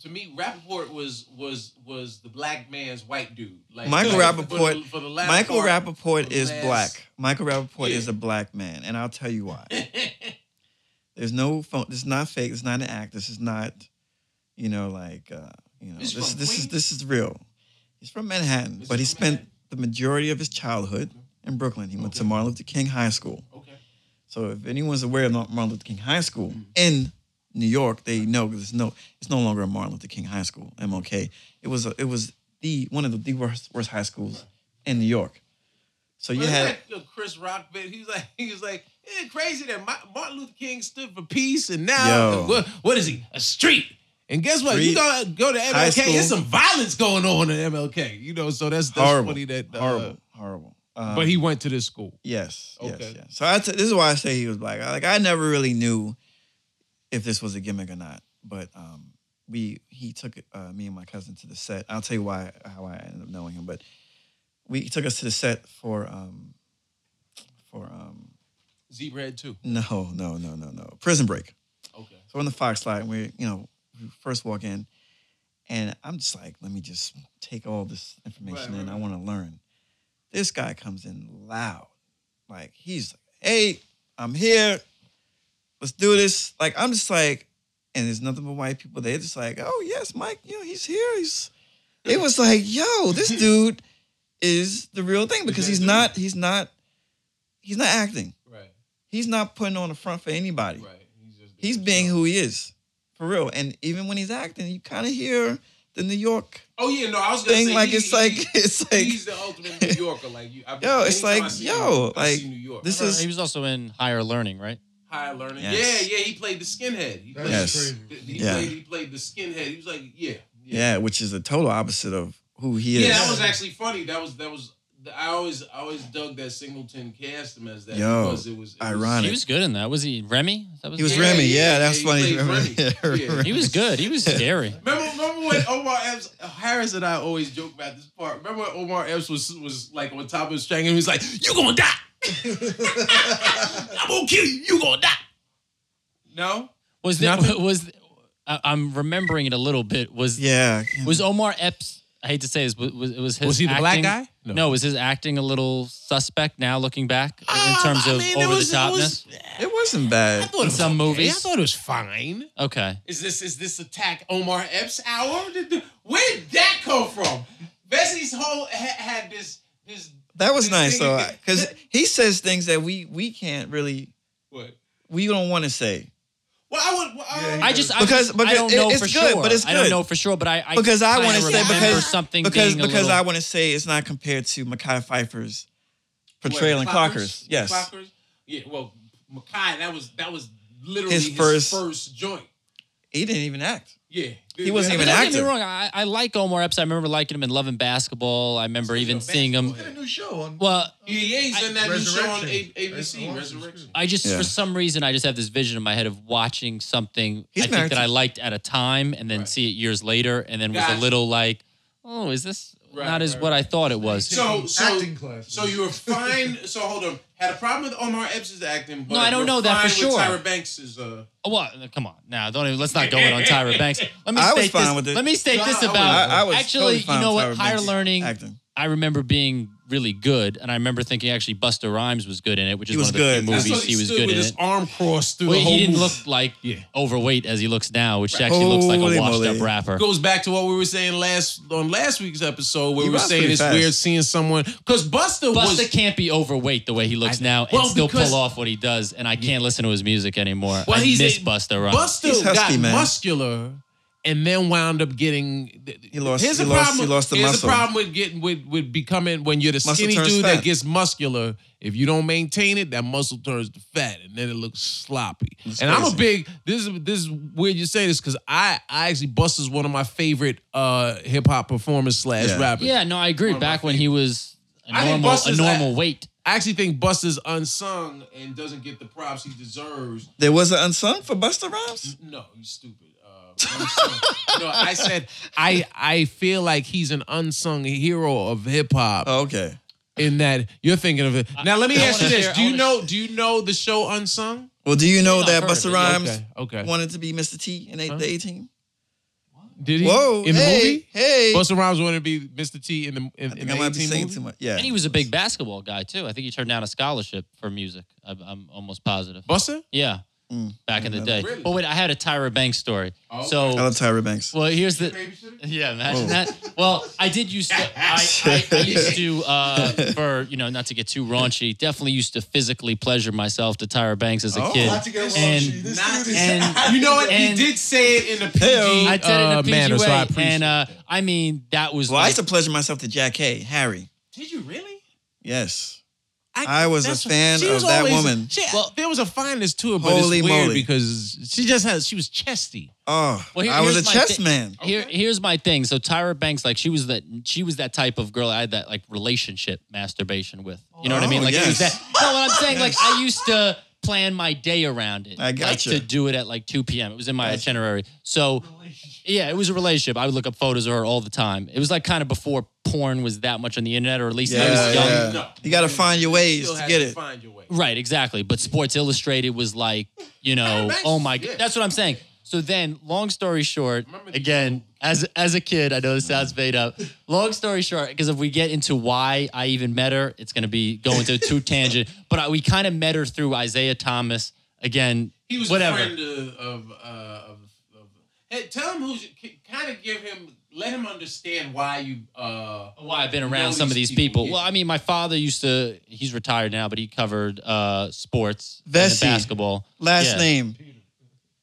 Speaker 1: to me rappaport was was was the black man's white dude like
Speaker 2: Michael
Speaker 1: for the-
Speaker 2: Rappaport-
Speaker 1: for the last
Speaker 2: Michael
Speaker 1: part-
Speaker 2: Rappaport
Speaker 1: the
Speaker 2: is
Speaker 1: last-
Speaker 2: black. Michael Rappaport
Speaker 1: Yeah.
Speaker 2: is a black man, and I'll tell you why. There's no phone. This is not fake. This is not an act. This is not, you know, like uh, you know,
Speaker 1: He's
Speaker 2: this
Speaker 1: from
Speaker 2: this is
Speaker 1: Queens?
Speaker 2: this is real. He's from Manhattan,
Speaker 1: Is
Speaker 2: but
Speaker 1: he
Speaker 2: he
Speaker 1: from
Speaker 2: spent
Speaker 1: Manhattan?
Speaker 2: the majority of his childhood in in Brooklyn. He went to Martin Luther King High School.
Speaker 1: Okay.
Speaker 2: So if anyone's aware of Martin Luther King High School
Speaker 1: Mm-hmm.
Speaker 2: in New York, they know 'cause it's no it's no longer a Martin Luther King High School, MLK. It was a, it was the one of the, the worst worst high schools in New York. So you
Speaker 1: Well,
Speaker 2: had
Speaker 1: it's like, you know, Chris Rock, bit. he was like, he was like, it's crazy that Ma- Martin Luther King stood for peace, and now
Speaker 2: Yo.
Speaker 1: what, what is he? A street. And guess what? You
Speaker 2: Street,
Speaker 1: gonna go to
Speaker 2: high
Speaker 1: MLK. There's
Speaker 2: school.
Speaker 1: some violence going on in MLK. You know, so that's that's
Speaker 2: horrible,
Speaker 1: funny that uh,
Speaker 2: horrible, horrible. Um,
Speaker 1: But he went to this school.
Speaker 2: Yes.
Speaker 1: Okay.
Speaker 2: Yes. Yes. So I t- this is why I say he was black. I, like I never really knew if this was a gimmick or not, but um, we he took uh, me and my cousin to the set. I'll tell you why how I ended up knowing him, but we he took us to the set for um, for um,
Speaker 1: Zebrahead too.
Speaker 2: no no no no no Prison Break.
Speaker 1: Okay.
Speaker 2: So we're on the Fox lot, and we're, you know, we first walk in, and I'm just like, let me just take all this information
Speaker 1: Right,
Speaker 2: in.
Speaker 1: right,
Speaker 2: I want to learn. This guy comes in loud. Like, he's like, hey, I'm here. Let's do this. Like, I'm just like, and there's nothing but white people. They're just like, oh, yes, Mike, you know, he's here. He's, it was like, yo, this dude is the real thing because
Speaker 1: that
Speaker 2: he's
Speaker 1: dude.
Speaker 2: not, he's not, he's not acting.
Speaker 1: Right.
Speaker 2: He's not putting on a front for anybody.
Speaker 1: Right. He's just
Speaker 2: He's being who he is, for real. And even when he's acting, you kind of hear the New York
Speaker 1: Oh yeah, no, I was gonna
Speaker 2: thing.
Speaker 1: say,
Speaker 2: like
Speaker 1: he-
Speaker 2: it's like
Speaker 1: he-
Speaker 2: it's like
Speaker 1: he's the ultimate New Yorker. Like you, I've,
Speaker 2: Yo, it's
Speaker 1: anytime I
Speaker 2: like,
Speaker 1: see
Speaker 2: yo,
Speaker 1: him, I see
Speaker 2: like,
Speaker 1: New York.
Speaker 2: this
Speaker 3: Remember,
Speaker 2: is-
Speaker 3: he was also in higher learning, right?
Speaker 1: higher learning.
Speaker 2: Yes.
Speaker 1: Yeah, yeah, he played the skinhead. He played,
Speaker 2: Yes.
Speaker 4: That's
Speaker 1: he,
Speaker 4: crazy.
Speaker 2: Yeah.
Speaker 1: played, he played the skinhead. He was like, yeah, yeah.
Speaker 2: yeah, which is the total opposite of who he is.
Speaker 1: Yeah, that was actually funny. That was that was. I always I always dug that Singleton cast him as that
Speaker 2: Yo,
Speaker 1: because it was it was-
Speaker 2: ironic.
Speaker 3: He was good in that. Was he Remy? That
Speaker 2: he was
Speaker 1: Yeah,
Speaker 2: Remy.
Speaker 1: yeah,
Speaker 2: Yeah,
Speaker 1: yeah,
Speaker 2: that's
Speaker 1: he
Speaker 2: funny.
Speaker 1: played
Speaker 2: Remember?
Speaker 1: Remy. Yeah.
Speaker 3: He was good. He was scary.
Speaker 1: Remember, remember when Omar Epps Harris and I always joke about this part. Remember when Omar Epps was was like on top of his string and he was like, "You gonna die? I'm gonna kill you. You gonna die?" No.
Speaker 3: Was there
Speaker 1: Nothing.
Speaker 3: was I, I'm remembering it a little bit. Was
Speaker 2: yeah.
Speaker 3: was Omar Epps? I hate to say this, but was it was his acting- No. was his acting a little suspect now looking back in
Speaker 2: Ah,
Speaker 1: Um,
Speaker 3: terms
Speaker 1: I
Speaker 3: of
Speaker 1: mean, it
Speaker 3: over
Speaker 1: was-
Speaker 3: the
Speaker 1: it
Speaker 3: topness?
Speaker 1: was-
Speaker 2: It wasn't
Speaker 1: I
Speaker 2: bad.
Speaker 1: thought it was
Speaker 3: some
Speaker 1: okay.
Speaker 3: movies.
Speaker 1: I thought it was fine.
Speaker 3: okay.
Speaker 1: Is this is this attack Omar Epps hour? Did the- Where did that come from? Bessie's whole ha- had this this
Speaker 2: That was
Speaker 1: this
Speaker 2: nice
Speaker 1: thing-
Speaker 2: though, because he says things that we we can't really
Speaker 1: What?
Speaker 2: we don't want to say
Speaker 1: Well, I would. Well, I would
Speaker 4: Yeah,
Speaker 3: I just I,
Speaker 2: Because-
Speaker 3: I don't
Speaker 2: because
Speaker 3: know
Speaker 2: it's
Speaker 3: for
Speaker 2: good,
Speaker 3: sure.
Speaker 2: but it's
Speaker 3: I don't
Speaker 2: good.
Speaker 3: know for sure, but I, I
Speaker 2: because I
Speaker 3: kinda
Speaker 2: want to say
Speaker 3: remember
Speaker 2: because
Speaker 3: something
Speaker 2: because
Speaker 3: being a
Speaker 2: because
Speaker 3: little-
Speaker 2: I want to say it's not compared to Mackay Pfeiffer's
Speaker 1: what,
Speaker 2: portrayal in Clockers. Yes.
Speaker 1: Clockers. Yeah. Well, Mackay, that was that was literally
Speaker 2: His
Speaker 1: his, first
Speaker 2: first-
Speaker 1: joint.
Speaker 2: he didn't even act.
Speaker 1: Yeah.
Speaker 2: He wasn't
Speaker 3: But
Speaker 2: even
Speaker 3: don't
Speaker 2: acting.
Speaker 3: get me wrong. I, I like Omar Epps. I remember liking him in Love and Basketball. I remember even seeing him.
Speaker 4: He had a new show on.
Speaker 3: Well,
Speaker 1: Yeah, yeah, he's in that new show on A-
Speaker 4: Resurrection.
Speaker 1: ABC,
Speaker 4: Resurrection.
Speaker 1: Resurrection.
Speaker 3: I just
Speaker 2: Yeah.
Speaker 3: for some reason I just have this vision in my head of watching something
Speaker 2: He's
Speaker 3: I think
Speaker 2: married
Speaker 3: that
Speaker 2: to-
Speaker 3: I liked at a time and then
Speaker 1: Right.
Speaker 3: see it years later and then was
Speaker 1: Gotcha.
Speaker 3: a little like, oh, is this
Speaker 1: Right,
Speaker 3: not as
Speaker 1: right,
Speaker 3: what I
Speaker 1: right.
Speaker 3: thought it was?
Speaker 1: So-
Speaker 4: acting class.
Speaker 1: So you were fine. so hold on. Had a problem with Omar Epps' acting, but
Speaker 3: No, I don't
Speaker 1: you're
Speaker 3: know that
Speaker 1: fine
Speaker 3: for
Speaker 1: with
Speaker 3: sure.
Speaker 1: Tyra Banks is uh.
Speaker 3: Oh, well, come on, now don't even. Let's not go in on Tyra Banks. Let me
Speaker 2: I was
Speaker 3: state
Speaker 2: fine
Speaker 3: this.
Speaker 2: with it.
Speaker 3: Let me state
Speaker 1: No,
Speaker 3: this
Speaker 1: I- I
Speaker 3: about.
Speaker 1: was-
Speaker 2: I, I was
Speaker 3: actually,
Speaker 2: totally fine
Speaker 3: you know
Speaker 2: with
Speaker 3: what?
Speaker 2: Tyra
Speaker 3: Higher
Speaker 2: Banks
Speaker 3: learning.
Speaker 2: acting.
Speaker 3: I remember being really good, and I remember thinking actually Buster Rhymes was good in it, which is
Speaker 2: He
Speaker 3: one
Speaker 2: was
Speaker 3: of the
Speaker 2: good.
Speaker 3: few
Speaker 1: That's
Speaker 3: movies
Speaker 1: what
Speaker 3: he was
Speaker 1: stood
Speaker 3: good
Speaker 1: with
Speaker 3: in
Speaker 1: his
Speaker 3: it.
Speaker 1: arm crossed through
Speaker 3: Well,
Speaker 1: the whole
Speaker 3: he didn't
Speaker 1: movie.
Speaker 3: look like
Speaker 1: Yeah.
Speaker 3: overweight as he looks now, which actually looks like
Speaker 2: Holy
Speaker 3: a washed-up
Speaker 2: moly.
Speaker 3: rapper.
Speaker 1: goes back to what we were saying last on last week's episode where we
Speaker 2: He
Speaker 1: were
Speaker 2: runs
Speaker 1: saying
Speaker 2: pretty
Speaker 1: it's
Speaker 2: fast.
Speaker 1: weird seeing someone because Buster,
Speaker 3: Buster
Speaker 1: was
Speaker 3: can't be overweight the way he looks now and
Speaker 1: well,
Speaker 3: still
Speaker 1: because-
Speaker 3: pull off what he does, and I can't listen to his music anymore.
Speaker 1: Well,
Speaker 3: I
Speaker 1: he's
Speaker 3: miss
Speaker 1: a-
Speaker 3: Buster Rhymes.
Speaker 1: Buster
Speaker 2: He's husky,
Speaker 1: got
Speaker 2: man.
Speaker 1: muscular and then wound up getting
Speaker 2: He lost-
Speaker 1: here's
Speaker 2: he
Speaker 1: a
Speaker 2: lost-
Speaker 1: problem,
Speaker 2: he lost the
Speaker 1: here's
Speaker 2: muscle.
Speaker 1: a problem with getting with, with becoming when you're the
Speaker 2: Muscle
Speaker 1: skinny
Speaker 2: turns
Speaker 1: dude that
Speaker 2: fat.
Speaker 1: gets muscular if you don't maintain it that muscle turns to fat and then it looks sloppy
Speaker 2: That's
Speaker 1: and I'm a
Speaker 2: crazy.
Speaker 1: big this is this is weird you say this because I I actually Buster's one of my favorite uh hip hop performers slash
Speaker 2: Yeah.
Speaker 1: rappers
Speaker 3: yeah, no, I agree. Back when he was a
Speaker 1: I think
Speaker 3: normal, a
Speaker 1: Buster's-
Speaker 3: normal weight.
Speaker 1: I actually think Buster's unsung and doesn't get the props he deserves.
Speaker 2: There was an unsung for Buster Rhymes.
Speaker 1: No, you stupid. Uh, unsung. no, I said I I feel like he's an unsung hero of hip hop
Speaker 2: Oh, okay.
Speaker 1: in that you're thinking of it. Now let me
Speaker 3: I
Speaker 1: ask you
Speaker 3: wanna
Speaker 1: this:
Speaker 3: hear-
Speaker 1: Do
Speaker 3: I
Speaker 1: you
Speaker 3: wanna-
Speaker 1: know do you know the show Unsung?
Speaker 2: Well, do you know
Speaker 3: I've
Speaker 2: that
Speaker 3: heard
Speaker 2: Buster
Speaker 3: of it. Okay.
Speaker 2: Rhymes
Speaker 1: Okay, okay.
Speaker 2: wanted to be Mr. T in a-
Speaker 1: Huh?
Speaker 2: the A Team?
Speaker 1: Did he
Speaker 2: Whoa!
Speaker 1: in the
Speaker 2: hey,
Speaker 1: movie?
Speaker 2: hey.
Speaker 1: Buster Rhymes wanted to be Mr. T in the in,
Speaker 2: I
Speaker 1: in
Speaker 2: think
Speaker 1: the
Speaker 2: I might be
Speaker 1: 18
Speaker 2: singing
Speaker 1: movie?
Speaker 2: too much. Yeah.
Speaker 3: And he was a big basketball guy too. I think he turned down a scholarship for music. I'm, I'm almost positive.
Speaker 1: Buster?
Speaker 3: Yeah,
Speaker 1: Mm,
Speaker 3: back in the day.
Speaker 1: Really?
Speaker 3: But wait, I had a Tyra Banks story.
Speaker 1: Oh,
Speaker 3: so
Speaker 2: I love Tyra Banks.
Speaker 3: well, here's the yeah. Imagine that. Well, I did used to. I, I, I used to uh, for you know not to get too raunchy. Definitely used to physically pleasure myself to Tyra Banks as a
Speaker 1: Oh,
Speaker 3: kid.
Speaker 1: not
Speaker 4: to get
Speaker 3: And-
Speaker 4: raunchy. This
Speaker 1: not-
Speaker 4: dude is-
Speaker 3: and-
Speaker 1: You know what?
Speaker 3: And-
Speaker 1: he did say it in a PG
Speaker 3: I did it in a
Speaker 1: uh,
Speaker 3: PG
Speaker 1: manner,
Speaker 3: way,
Speaker 1: so I appreciate
Speaker 3: and uh,
Speaker 1: that.
Speaker 3: I mean that was.
Speaker 2: Well, I
Speaker 3: like-
Speaker 2: used to pleasure myself to Jack Hay, Harry.
Speaker 1: Did you really?
Speaker 2: Yes. I was a
Speaker 1: that's-
Speaker 2: fan
Speaker 1: she
Speaker 2: of
Speaker 1: was
Speaker 2: that
Speaker 1: always-
Speaker 2: woman.
Speaker 1: She, well, there was a fineness to her, but
Speaker 2: Holy
Speaker 1: it's weird
Speaker 2: moly.
Speaker 1: because she just had she was chesty.
Speaker 2: Oh,
Speaker 3: Well, here-
Speaker 2: I was a
Speaker 3: here's my
Speaker 2: chess
Speaker 3: thi-
Speaker 2: man.
Speaker 3: Here, here's my thing. So Tyra Banks, like she was that, she was that type of girl. I had that like relationship masturbation with. You know what I mean?
Speaker 2: Oh,
Speaker 3: Like it was
Speaker 2: yes.
Speaker 3: that. No, what I'm saying, like I used to plan my day around it.
Speaker 2: I gotcha.
Speaker 3: Like to do it at like 2 p.m. It was in my itinerary. So, yeah, it was a relationship. I would look up photos of her all the time. It was like kind of before porn was that much on the internet, or at least I
Speaker 2: Yeah,
Speaker 3: was young.
Speaker 2: yeah.
Speaker 1: No.
Speaker 2: You got to find your ways
Speaker 1: Still
Speaker 2: to
Speaker 1: had
Speaker 2: get
Speaker 1: to
Speaker 2: it.
Speaker 1: Find your way.
Speaker 3: Right, exactly. But Sports Illustrated was like, you know,
Speaker 1: Banks,
Speaker 3: oh my
Speaker 1: yeah.
Speaker 3: god. That's what I'm saying. So then, long story short,
Speaker 1: Remember the-
Speaker 3: again, as as a kid, I know this sounds made up. Long story short, because if we get into why I even met her, it's going to be going to too tangent. But I, we kind of met her through Isaiah Thomas. Again,
Speaker 1: He was
Speaker 3: whatever.
Speaker 1: a friend of of, uh, of, of hey, tell him who's kind of give him let him understand why you uh
Speaker 3: why I've been
Speaker 1: know
Speaker 3: around some of these people.
Speaker 1: yeah.
Speaker 3: Well, I mean, my father used to. He's retired now, but he covered uh, sports, and then
Speaker 2: Vesey.
Speaker 3: basketball.
Speaker 2: Last
Speaker 3: Yeah.
Speaker 2: name.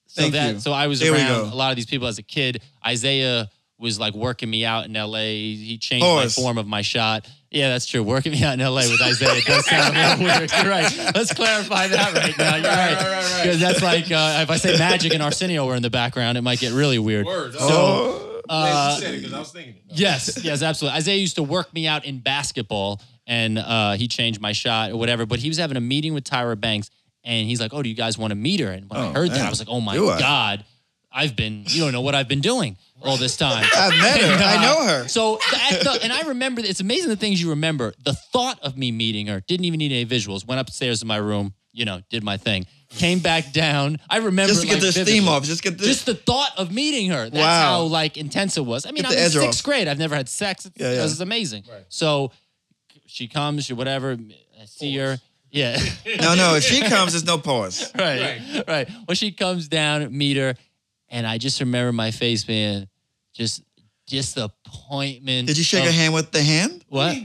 Speaker 3: So
Speaker 2: Thank
Speaker 3: that
Speaker 2: you.
Speaker 3: so I was
Speaker 2: There we
Speaker 3: around
Speaker 2: go.
Speaker 3: a lot of these people as a kid. Isaiah was like working me out in LA. He changed
Speaker 2: Horse.
Speaker 3: my form of my shot. Yeah, that's true. Working me out in LA with Isaiah does sound a little weird. You're right. Let's clarify that right now. You're
Speaker 1: Right,
Speaker 3: right.
Speaker 1: right, right, right.
Speaker 3: Because that's like uh, if I say Magic and Arsenio were in the background, it might get really weird.
Speaker 1: word. So
Speaker 2: Oh,
Speaker 3: Uh,
Speaker 1: said it because I was thinking it.
Speaker 3: Yes, yes, absolutely. Isaiah used to work me out in basketball, and uh, he changed my shot or whatever. But he was having a meeting with Tyra Banks, and he's like, "Oh, do you guys want to meet her?" And when I
Speaker 2: Oh,
Speaker 3: heard that,
Speaker 2: man.
Speaker 3: I was like, "Oh my
Speaker 2: Do I?
Speaker 3: god, I've been you don't know what I've been doing all this time."
Speaker 2: I've met her. I
Speaker 3: Uh,
Speaker 2: know her.
Speaker 3: So, at the, and I remember it's amazing the things you remember. The thought of me meeting her didn't even need any visuals. Went upstairs to my room, you know, did my thing, came back down. I remember
Speaker 2: Just to get
Speaker 3: like,
Speaker 2: this
Speaker 3: vividly
Speaker 2: theme off. Just get this.
Speaker 3: just the thought of meeting her. That's
Speaker 2: Wow.
Speaker 3: how like intense it was. I mean,
Speaker 2: Get
Speaker 3: I'm
Speaker 2: the
Speaker 3: in
Speaker 2: edge
Speaker 3: sixth
Speaker 2: off.
Speaker 3: grade. I've never had sex. It's,
Speaker 2: Yeah, yeah.
Speaker 3: This is amazing.
Speaker 1: Right.
Speaker 3: So she comes, she whatever. I see her. Yeah.
Speaker 2: no, no. If she comes, there's no pause.
Speaker 3: right. Right. Well, she comes down, meet her, and I just remember my face being just disappointment.
Speaker 2: Did you shake
Speaker 3: of-
Speaker 2: her hand with the hand?
Speaker 3: What?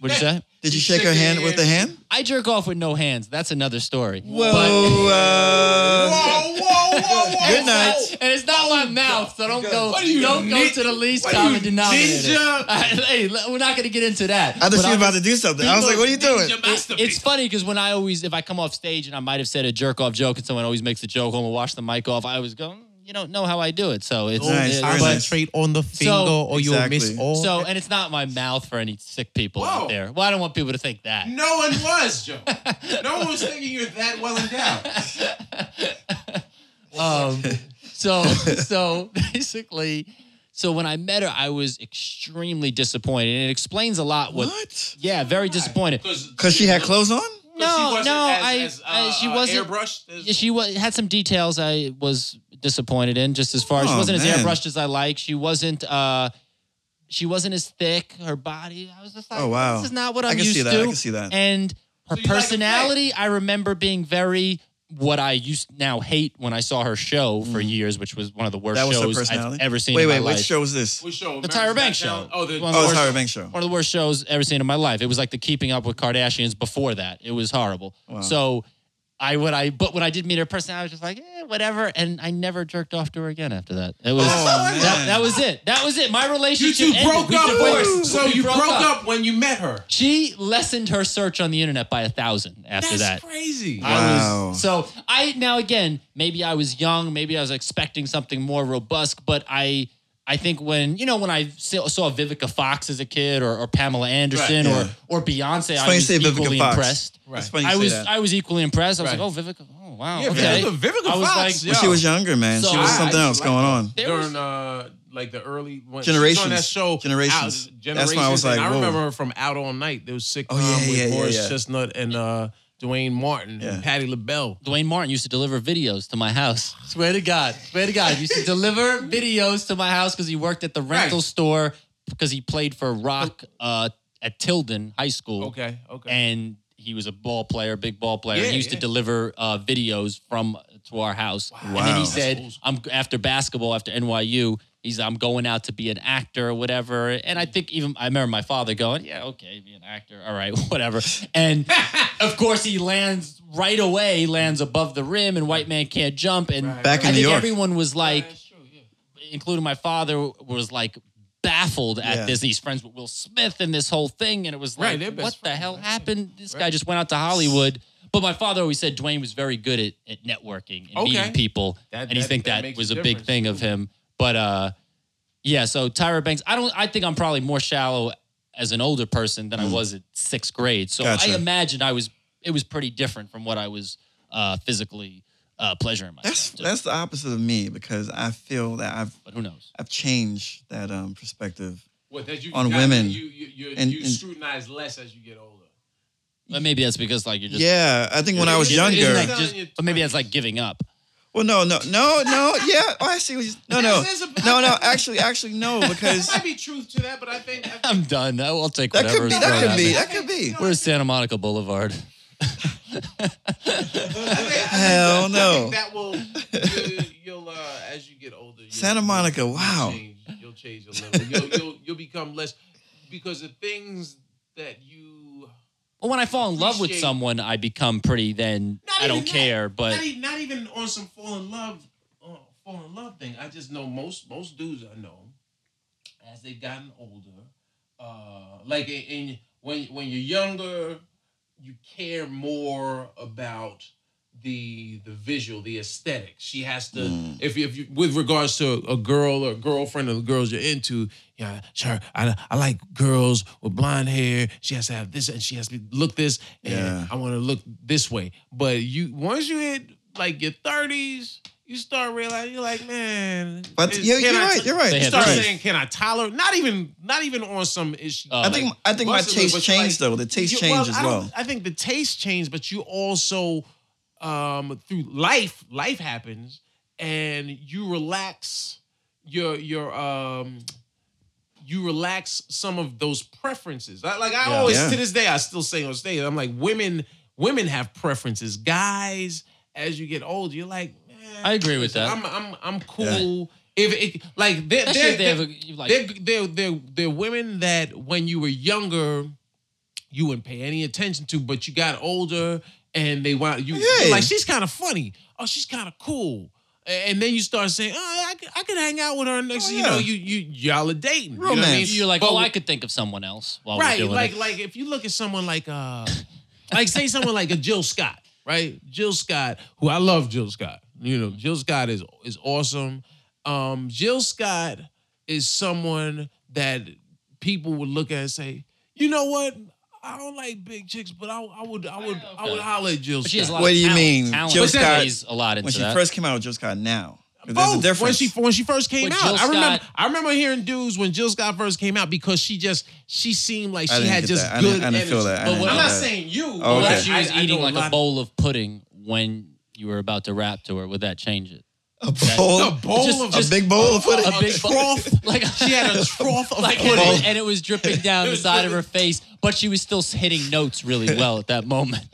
Speaker 3: What'd you say?
Speaker 2: Did you shake her hand with the hand?
Speaker 3: I jerk off with no hands. That's another story.
Speaker 2: Whoa. uh,
Speaker 1: Whoa, whoa, whoa, whoa.
Speaker 2: Good night.
Speaker 1: whoa.
Speaker 3: And it's not my mouth, so don't go.
Speaker 1: What are you,
Speaker 3: don't go
Speaker 1: Nick?
Speaker 3: to the least
Speaker 1: What are
Speaker 3: common
Speaker 1: you,
Speaker 3: denominator.
Speaker 1: ginger?
Speaker 3: hey, l- we're not gonna get into that.
Speaker 2: I
Speaker 3: But
Speaker 2: thought she was
Speaker 3: I'm-
Speaker 2: about to do something. I was like, what are you doing?
Speaker 1: Ninja
Speaker 3: it- it's
Speaker 1: masturbate.
Speaker 3: funny because when I always, if I come off stage and I might have said a jerk off joke, and someone always makes a joke, and wash the mic off. I always go, "Mm, you don't know how I do it, so it's
Speaker 2: Nice, very
Speaker 3: it- but-
Speaker 2: nice.
Speaker 1: Concentrate on the finger or
Speaker 2: Exactly.
Speaker 1: all.
Speaker 3: So, and it's not my mouth for any sick people
Speaker 1: Whoa.
Speaker 3: out there. Well, I don't want people to think that.
Speaker 1: no one was, Joe. No one was thinking you're that well endowed.
Speaker 3: Um, so so basically, so when I met her, I was extremely disappointed, and it explains a lot. What?
Speaker 2: What?
Speaker 3: Yeah, very disappointed.
Speaker 2: Because she had clothes on?
Speaker 3: No,
Speaker 1: she wasn't
Speaker 3: no,
Speaker 1: as,
Speaker 3: I-
Speaker 1: as, uh,
Speaker 3: I- she wasn't-
Speaker 1: airbrushed.
Speaker 3: Yeah, She wa had some details I was disappointed in, just as far as she
Speaker 2: Oh,
Speaker 3: wasn't
Speaker 2: man.
Speaker 3: as airbrushed as I like. She wasn't. uh she wasn't as thick. Her body. I was just like,
Speaker 2: Oh, wow.
Speaker 3: this is not what
Speaker 2: I
Speaker 3: I'm
Speaker 2: can
Speaker 3: used
Speaker 2: see that.
Speaker 3: to.
Speaker 2: I can see that.
Speaker 3: And her
Speaker 1: So you like a
Speaker 3: personality, I remember being very what I used now hate when I saw her show for years, which was one of the worst
Speaker 2: Mm-hmm. That was her
Speaker 3: shows I've
Speaker 2: personality?
Speaker 3: ever seen.
Speaker 2: Wait,
Speaker 3: in my
Speaker 2: wait.
Speaker 3: life.
Speaker 2: Which show was this?
Speaker 1: What show?
Speaker 3: The
Speaker 1: Remember
Speaker 3: Tyra Banks
Speaker 1: SmackDown?
Speaker 3: show.
Speaker 1: Oh, the,
Speaker 3: One
Speaker 2: Oh,
Speaker 3: of
Speaker 2: it's
Speaker 3: the
Speaker 2: Tyra
Speaker 3: worst-
Speaker 2: Banks show.
Speaker 3: One of the worst shows ever seen in my life. It was like the Keeping Up with Kardashians before that. It was horrible.
Speaker 2: Wow.
Speaker 3: So I when I but when I did meet her person, I was just like, eh, whatever. And I never jerked off to her again after that. It was
Speaker 2: Oh,
Speaker 3: that,
Speaker 2: man.
Speaker 3: that was it. That was it. My
Speaker 1: you
Speaker 3: relationship.
Speaker 1: two
Speaker 3: ended.
Speaker 1: broke
Speaker 3: We
Speaker 1: up.
Speaker 3: divorced.
Speaker 1: So
Speaker 3: We
Speaker 1: you broke, up. when you met her.
Speaker 3: She lessened her search on the internet by a thousand after
Speaker 1: That's
Speaker 3: that.
Speaker 1: crazy.
Speaker 3: I
Speaker 2: Wow.
Speaker 3: was so I now again maybe I was young, maybe I was expecting something more robust, but I I think when you know when I saw saw Vivica Fox as a kid or, or Pamela Anderson
Speaker 2: Right, yeah.
Speaker 3: or or Beyonce, I
Speaker 2: funny you
Speaker 3: was
Speaker 2: say Vivica
Speaker 3: equally
Speaker 2: Fox.
Speaker 3: impressed.
Speaker 2: It's
Speaker 1: right.
Speaker 2: funny you
Speaker 3: I
Speaker 2: say
Speaker 3: was
Speaker 2: that.
Speaker 3: I was equally impressed. I was
Speaker 1: Right.
Speaker 3: like, oh Vivica, oh wow,
Speaker 1: Yeah,
Speaker 3: okay.
Speaker 1: Vivica- Vivica
Speaker 3: I was
Speaker 1: Fox,
Speaker 3: like,
Speaker 2: When she
Speaker 1: Yo.
Speaker 2: was younger, man.
Speaker 3: So
Speaker 2: she was
Speaker 3: I-
Speaker 2: something
Speaker 1: I
Speaker 2: else
Speaker 1: like
Speaker 2: going
Speaker 1: her.
Speaker 2: on.
Speaker 3: there was-
Speaker 1: during uh like the early when she was on
Speaker 2: Generations.
Speaker 1: that show
Speaker 2: Generations.
Speaker 1: Out,
Speaker 2: That's
Speaker 1: generations
Speaker 2: when I was like,
Speaker 1: and I
Speaker 2: whoa.
Speaker 1: remember her from Out All Night. There was sitcom
Speaker 2: Oh, yeah,
Speaker 1: with
Speaker 2: yeah, yeah,
Speaker 1: Morris
Speaker 2: yeah.
Speaker 1: Chestnut and uh Dwayne Martin
Speaker 2: Yeah.
Speaker 1: and Patty LaBelle.
Speaker 3: Dwayne Martin used to deliver videos to my house. Swear to God, swear to God, used to deliver videos to my house because he worked at the rental
Speaker 1: Right.
Speaker 3: store because he played for Rock uh, at Tilden High School.
Speaker 1: Okay, okay.
Speaker 3: and he was a ball player, big ball player.
Speaker 1: Yeah,
Speaker 3: he used
Speaker 1: yeah.
Speaker 3: to deliver uh, videos from to our house. And then
Speaker 2: Wow.
Speaker 3: he
Speaker 2: That's
Speaker 3: said,
Speaker 1: old school.
Speaker 3: "I'm after basketball, after NYU." He's, I'm going out to be an actor or whatever. And I think even I remember my father going, "Yeah, okay, be an actor, all right, whatever." And of course, he lands right away. He lands above the rim, and White Man Can't Jump. And
Speaker 1: Right.
Speaker 2: Back
Speaker 3: I
Speaker 2: in New
Speaker 3: think
Speaker 2: York.
Speaker 3: everyone was like,
Speaker 1: That's true, yeah.
Speaker 3: including my father, was like baffled at
Speaker 2: Yeah.
Speaker 3: this. He's friends with Will Smith and this whole thing, and it was
Speaker 1: Right,
Speaker 3: like,
Speaker 1: they're
Speaker 3: what
Speaker 1: best
Speaker 3: the
Speaker 1: friends,
Speaker 3: hell
Speaker 1: right?
Speaker 3: happened? This guy
Speaker 1: Right.
Speaker 3: just went out to Hollywood. But my father always said Dwayne was very good at, at networking and
Speaker 1: Okay.
Speaker 3: meeting people,
Speaker 1: That-
Speaker 3: and he
Speaker 1: that-
Speaker 3: think
Speaker 1: that
Speaker 3: that,
Speaker 1: makes
Speaker 3: was
Speaker 1: a
Speaker 3: a big
Speaker 1: difference,
Speaker 3: thing of him. But uh, yeah, so Tyra Banks, I don't, I think I'm probably more shallow as an older person than I was at sixth grade. So
Speaker 2: Mm. Gotcha.
Speaker 3: I imagined I was, it was pretty different from what I was uh, physically uh, pleasuring myself.
Speaker 2: That's
Speaker 3: to.
Speaker 2: that's the opposite of me because I feel that I've
Speaker 3: but who knows?
Speaker 2: I've changed that um, perspective.
Speaker 1: Well, that you
Speaker 2: On
Speaker 1: got-
Speaker 2: women.
Speaker 1: You, you, you,
Speaker 2: And-
Speaker 1: you
Speaker 2: and-
Speaker 1: scrutinize less as you get older.
Speaker 3: But maybe that's because like you're just
Speaker 2: Yeah, I think when I was
Speaker 1: Isn't-
Speaker 2: younger.
Speaker 1: isn't
Speaker 3: Isn't
Speaker 1: younger.
Speaker 3: that just- but maybe that's like giving up.
Speaker 2: Well, no, no, no, no. Yeah, oh, I see. What you, no, no,
Speaker 1: There's- there's a-
Speaker 2: no, no. Actually, actually, no,
Speaker 1: There
Speaker 2: because
Speaker 1: might be truth to that, but I think. I think
Speaker 3: I'm done. I will take
Speaker 2: that
Speaker 3: whatever.
Speaker 2: could be.
Speaker 3: is
Speaker 2: That
Speaker 3: thrown
Speaker 2: could
Speaker 3: at
Speaker 2: be.
Speaker 3: me.
Speaker 2: That could be.
Speaker 3: Where's Santa Monica Boulevard?
Speaker 1: I think- I think that- I
Speaker 2: Hell no.
Speaker 1: think That will you, you'll uh, as you get older. You'll,
Speaker 2: Santa Monica, wow.
Speaker 1: You'll change, you'll change your level. You'll, you'll you'll become less because the things that you
Speaker 3: Well, when I fall in love with
Speaker 1: Appreciate-
Speaker 3: someone, I become pretty. Then
Speaker 1: Not
Speaker 3: I don't
Speaker 1: even that.
Speaker 3: care. But
Speaker 1: not even, not even on some fall in love uh, fall in love thing. I just know most most dudes I know as they've gotten older, uh, like in, in when when you're younger, you care more about the the visual, the aesthetic. She has to
Speaker 2: Mm.
Speaker 1: if you, if you with regards to a girl or girlfriend of the girls you're into, yeah, sure. I I like girls with blonde hair. She has to have this and she has to look this and
Speaker 2: Yeah.
Speaker 1: I want to look this way. But you once you hit like your 30s, you start realizing you're like, man,
Speaker 2: But
Speaker 1: is-
Speaker 2: yeah, you're
Speaker 1: can I-
Speaker 2: right. You're right.
Speaker 3: They
Speaker 1: you
Speaker 2: You're
Speaker 3: have
Speaker 1: start
Speaker 3: Right.
Speaker 1: saying, "Can I tolerate?" Not even, not even on some issue.
Speaker 3: Uh,
Speaker 2: I think I think my
Speaker 1: Most of it
Speaker 2: taste
Speaker 1: was
Speaker 2: changed
Speaker 1: like-
Speaker 2: though. The taste
Speaker 1: You-
Speaker 2: changed as
Speaker 1: I don't-
Speaker 2: well.
Speaker 1: I think the taste changed, but you also, um, through life, life happens, and you relax your your um, you relax some of those preferences. I, like I
Speaker 3: Yeah.
Speaker 1: always
Speaker 2: Yeah.
Speaker 1: to this day, I still say on stage, I'm like, women women have preferences. Guys, as you get older, you're like, man,
Speaker 3: I agree with that.
Speaker 1: I'm I'm I'm cool. If it, like they're,
Speaker 3: especially
Speaker 1: they're,
Speaker 3: if they have a, you like
Speaker 1: they're, they're, they're, they're women that when you were younger, you wouldn't pay any attention to, but you got older and they want you you're
Speaker 2: Yeah.
Speaker 1: like, she's kind of funny. Oh, she's kind of cool. A- And then you start saying, oh, I could, I could hang out with her next.
Speaker 2: Oh,
Speaker 1: You know,
Speaker 2: yeah.
Speaker 1: you you y'all are dating. You know what I mean?
Speaker 2: Romance.
Speaker 3: you're like,
Speaker 1: But-
Speaker 3: oh, I could think of someone else while
Speaker 1: right.
Speaker 3: we're doing
Speaker 1: Like
Speaker 3: it.
Speaker 1: like if you look at someone like uh, like say someone like a Jill Scott, right? Jill Scott, who I love. Jill Scott, you know, Jill Scott is is awesome. Um, Jill Scott is someone that people would look at and say, you know what? I don't like big chicks, but I, I would I would I would
Speaker 3: Okay.
Speaker 1: holler at Jill
Speaker 3: But
Speaker 1: Scott.
Speaker 3: she has a lot
Speaker 2: What
Speaker 3: of
Speaker 2: do you
Speaker 3: talent.
Speaker 2: mean?
Speaker 3: Talent
Speaker 2: Jill Scott-
Speaker 3: plays a lot into
Speaker 2: When she
Speaker 3: that.
Speaker 2: first came out, Jill Scott now. 'Cause There's a
Speaker 1: Both.
Speaker 2: difference.
Speaker 1: When she when she first came
Speaker 3: When
Speaker 1: out,
Speaker 3: Jill
Speaker 1: I remember
Speaker 3: Scott-
Speaker 1: I remember hearing dudes when Jill Scott first came out because she just she seemed like
Speaker 2: I
Speaker 1: she
Speaker 2: didn't
Speaker 1: had
Speaker 2: get
Speaker 1: just
Speaker 2: that. I
Speaker 1: good
Speaker 2: didn't- I didn't
Speaker 1: energy.
Speaker 2: feel that. I
Speaker 1: But
Speaker 2: didn't
Speaker 1: what- I'm
Speaker 2: feel
Speaker 1: not
Speaker 2: that.
Speaker 1: saying you. but
Speaker 2: Oh, okay.
Speaker 3: Well, she was
Speaker 1: I- I
Speaker 3: eating
Speaker 1: know
Speaker 3: like a
Speaker 1: lot-
Speaker 3: bowl of pudding when you were about to rap to her. Would that change it?
Speaker 2: a bowl,
Speaker 1: A bowl
Speaker 3: Just-
Speaker 1: of
Speaker 2: a big bowl of pudding.
Speaker 1: a big trough.
Speaker 3: Like
Speaker 1: she had a trough of
Speaker 3: like and
Speaker 1: pudding.
Speaker 3: it, and it was dripping down
Speaker 1: It
Speaker 3: the
Speaker 1: was
Speaker 3: side of her
Speaker 1: dripping-
Speaker 3: face, but she was still hitting notes really well at that moment.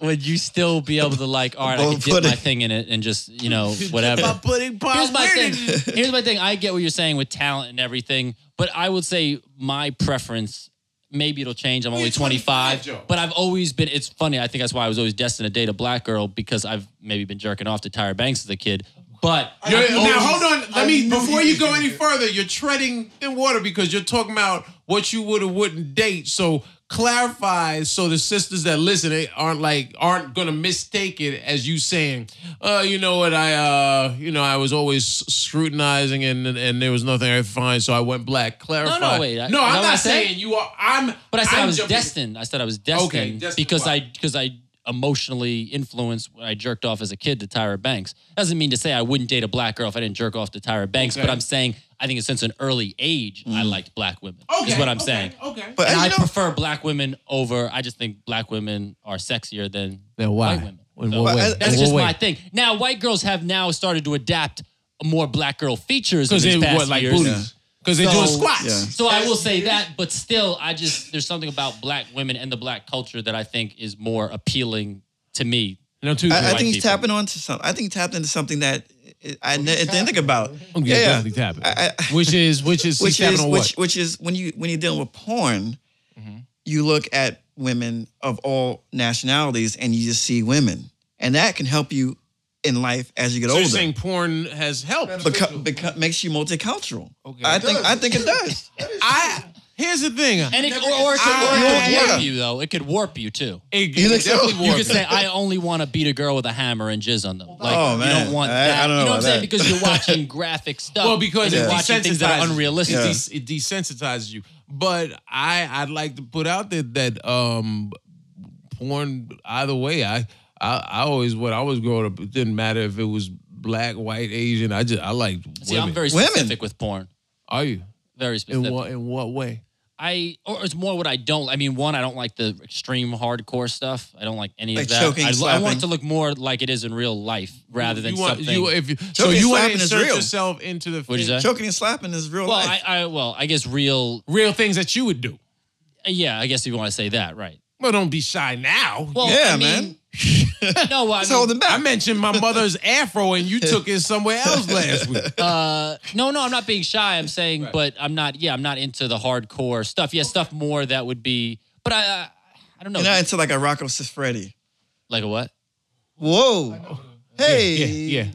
Speaker 3: Would you still be able to like, all right, I
Speaker 2: Bowl
Speaker 3: can
Speaker 2: of
Speaker 3: dip my
Speaker 2: pudding.
Speaker 3: thing in it and just you know
Speaker 1: My
Speaker 3: whatever.
Speaker 1: pudding pop.
Speaker 3: Here's my
Speaker 1: Where
Speaker 3: thing.
Speaker 1: did you-
Speaker 3: Here's my thing. I get what you're saying with talent and everything, but I would say my preference. Maybe it'll change. I'm
Speaker 1: Well,
Speaker 3: only
Speaker 1: you're 25,
Speaker 3: 25,
Speaker 1: Joe.
Speaker 3: but I've always been. It's funny. I think that's why I was always destined to date a black girl because I've maybe been jerking off to Tyra Banks as a kid. But
Speaker 1: You're-
Speaker 3: I've always-
Speaker 1: now hold on. Let
Speaker 2: I
Speaker 1: me
Speaker 2: knew
Speaker 1: before
Speaker 2: you
Speaker 1: you go
Speaker 2: could
Speaker 1: any
Speaker 2: do it.
Speaker 1: further. You're treading in water because you're talking about what you would or wouldn't date. So clarify so the sisters that listen they aren't like aren't gonna mistake it as you saying, uh, you know what I uh, you know I was always scrutinizing and and, and there was nothing I could find, so I went black. Clarify.
Speaker 3: wait, I- is
Speaker 1: no,
Speaker 3: that
Speaker 1: I'm
Speaker 3: what I
Speaker 1: not
Speaker 3: said?
Speaker 1: saying you are. I'm.
Speaker 3: But I said i
Speaker 1: I'm
Speaker 3: was
Speaker 1: jumping-
Speaker 3: destined. I said I was destined,
Speaker 1: Okay, destined
Speaker 3: because
Speaker 1: why?
Speaker 3: I because I emotionally influenced when I jerked off as a kid to Tyra Banks. Doesn't mean to say I wouldn't date a black girl if I didn't jerk off to Tyra Banks,
Speaker 1: Okay. Mm.
Speaker 3: but I'm saying I think since an early age I liked black women.
Speaker 1: Okay,
Speaker 3: is what I'm
Speaker 1: okay,
Speaker 3: saying.
Speaker 1: Okay.
Speaker 2: But
Speaker 3: And
Speaker 2: you
Speaker 3: I
Speaker 2: know-
Speaker 3: prefer black women over. I just think black women are sexier than
Speaker 1: Then why?
Speaker 3: white women.
Speaker 1: In
Speaker 3: So
Speaker 1: what
Speaker 2: But
Speaker 1: way?
Speaker 2: I-
Speaker 1: In
Speaker 3: that's
Speaker 1: what
Speaker 3: just
Speaker 1: way?
Speaker 3: my thing. Now white girls have now started to adapt more black girl features in
Speaker 1: because
Speaker 3: these
Speaker 1: they
Speaker 3: past
Speaker 1: what like
Speaker 3: years.
Speaker 1: booties because they
Speaker 3: So-
Speaker 1: doing squats.
Speaker 2: Yeah.
Speaker 3: So I will say that, but still, I just there's something about black women and the black culture that I think is more appealing to me
Speaker 1: And on Tuesday,
Speaker 2: I, I
Speaker 3: white
Speaker 2: think he's
Speaker 3: people.
Speaker 2: tapping onto something. I think he tapped into something that I, I
Speaker 4: he's
Speaker 2: didn't
Speaker 4: tapping.
Speaker 2: think about.
Speaker 3: Oh,
Speaker 1: I'm
Speaker 2: Yeah,
Speaker 1: yeah,
Speaker 2: yeah.
Speaker 1: definitely tapping.
Speaker 2: I- I-
Speaker 1: which is which is
Speaker 2: which
Speaker 1: tapping
Speaker 2: is
Speaker 1: on what?
Speaker 2: which, which is when you when you're dealing with porn,
Speaker 3: Mm-hmm.
Speaker 2: you look at women of all nationalities and you just see women, and that can help you in life as you get
Speaker 1: so you're
Speaker 2: older.
Speaker 1: saying porn has helped.
Speaker 2: Beco- beco- makes you multicultural.
Speaker 1: Okay.
Speaker 2: I
Speaker 1: It
Speaker 2: think
Speaker 4: does.
Speaker 2: I think it does.
Speaker 1: I here's the thing.
Speaker 3: And it, or, or it could, or
Speaker 1: I-
Speaker 3: it could
Speaker 2: Ah, yeah.
Speaker 3: warp you though. It could warp you too.
Speaker 1: It,
Speaker 2: You
Speaker 1: it
Speaker 2: think so?
Speaker 1: definitely
Speaker 3: You
Speaker 1: warped
Speaker 3: could
Speaker 1: it.
Speaker 3: say, "I only want to beat a girl with a hammer and jizz on them." Like
Speaker 2: Oh,
Speaker 3: you
Speaker 2: man.
Speaker 3: don't want
Speaker 2: I- I
Speaker 3: that.
Speaker 2: don't know
Speaker 3: you know what
Speaker 2: about
Speaker 3: I'm saying?
Speaker 2: that.
Speaker 3: Because you're watching graphic stuff.
Speaker 1: Well, because
Speaker 3: and
Speaker 1: it
Speaker 3: you're watching
Speaker 1: desensitizes
Speaker 3: things that are unrealistic.
Speaker 1: It, des- it desensitizes you. But I, I'd like to put out there that um, porn. Either way, I, I, I always when I was growing up, it didn't matter if it was black, white, Asian. I just I liked women.
Speaker 3: See, I'm very
Speaker 2: Women.
Speaker 3: specific with porn.
Speaker 1: Are you
Speaker 3: Very
Speaker 1: in
Speaker 3: specific.
Speaker 1: what in what way?
Speaker 3: I or it's more what I don't. I mean, one, I don't like the extreme hardcore stuff. I don't like any
Speaker 2: Like
Speaker 3: of that.
Speaker 2: choking,
Speaker 3: I, I want
Speaker 2: slapping.
Speaker 3: it to look more like it is in real life rather than
Speaker 1: you want,
Speaker 3: something.
Speaker 1: You, if you, so
Speaker 2: Choking
Speaker 1: you want to
Speaker 2: slapping is
Speaker 1: insert
Speaker 2: real.
Speaker 1: yourself into the
Speaker 3: What'd you
Speaker 1: thing-
Speaker 3: say?
Speaker 2: Choking and slapping is real
Speaker 3: well,
Speaker 2: life.
Speaker 3: I, I well, I guess real.
Speaker 1: real things that you would do.
Speaker 3: Yeah, I guess if you want to say that, right?
Speaker 1: Well, don't be shy now.
Speaker 3: Well,
Speaker 2: Yeah,
Speaker 3: I mean,
Speaker 2: man.
Speaker 3: no, well, I
Speaker 2: It's
Speaker 3: mean,
Speaker 2: holding
Speaker 1: I
Speaker 2: back.
Speaker 1: mentioned my mother's afro, and you took it somewhere else last week.
Speaker 3: uh, no, no, I'm not being shy. I'm saying, but I'm not. Yeah, I'm not into the hardcore stuff. Yeah, stuff more that would be. But I, I, I don't know,
Speaker 2: You're not into like a Rocco Siffredi.
Speaker 3: like a what?
Speaker 2: Whoa. Hey.
Speaker 1: Yeah, yeah.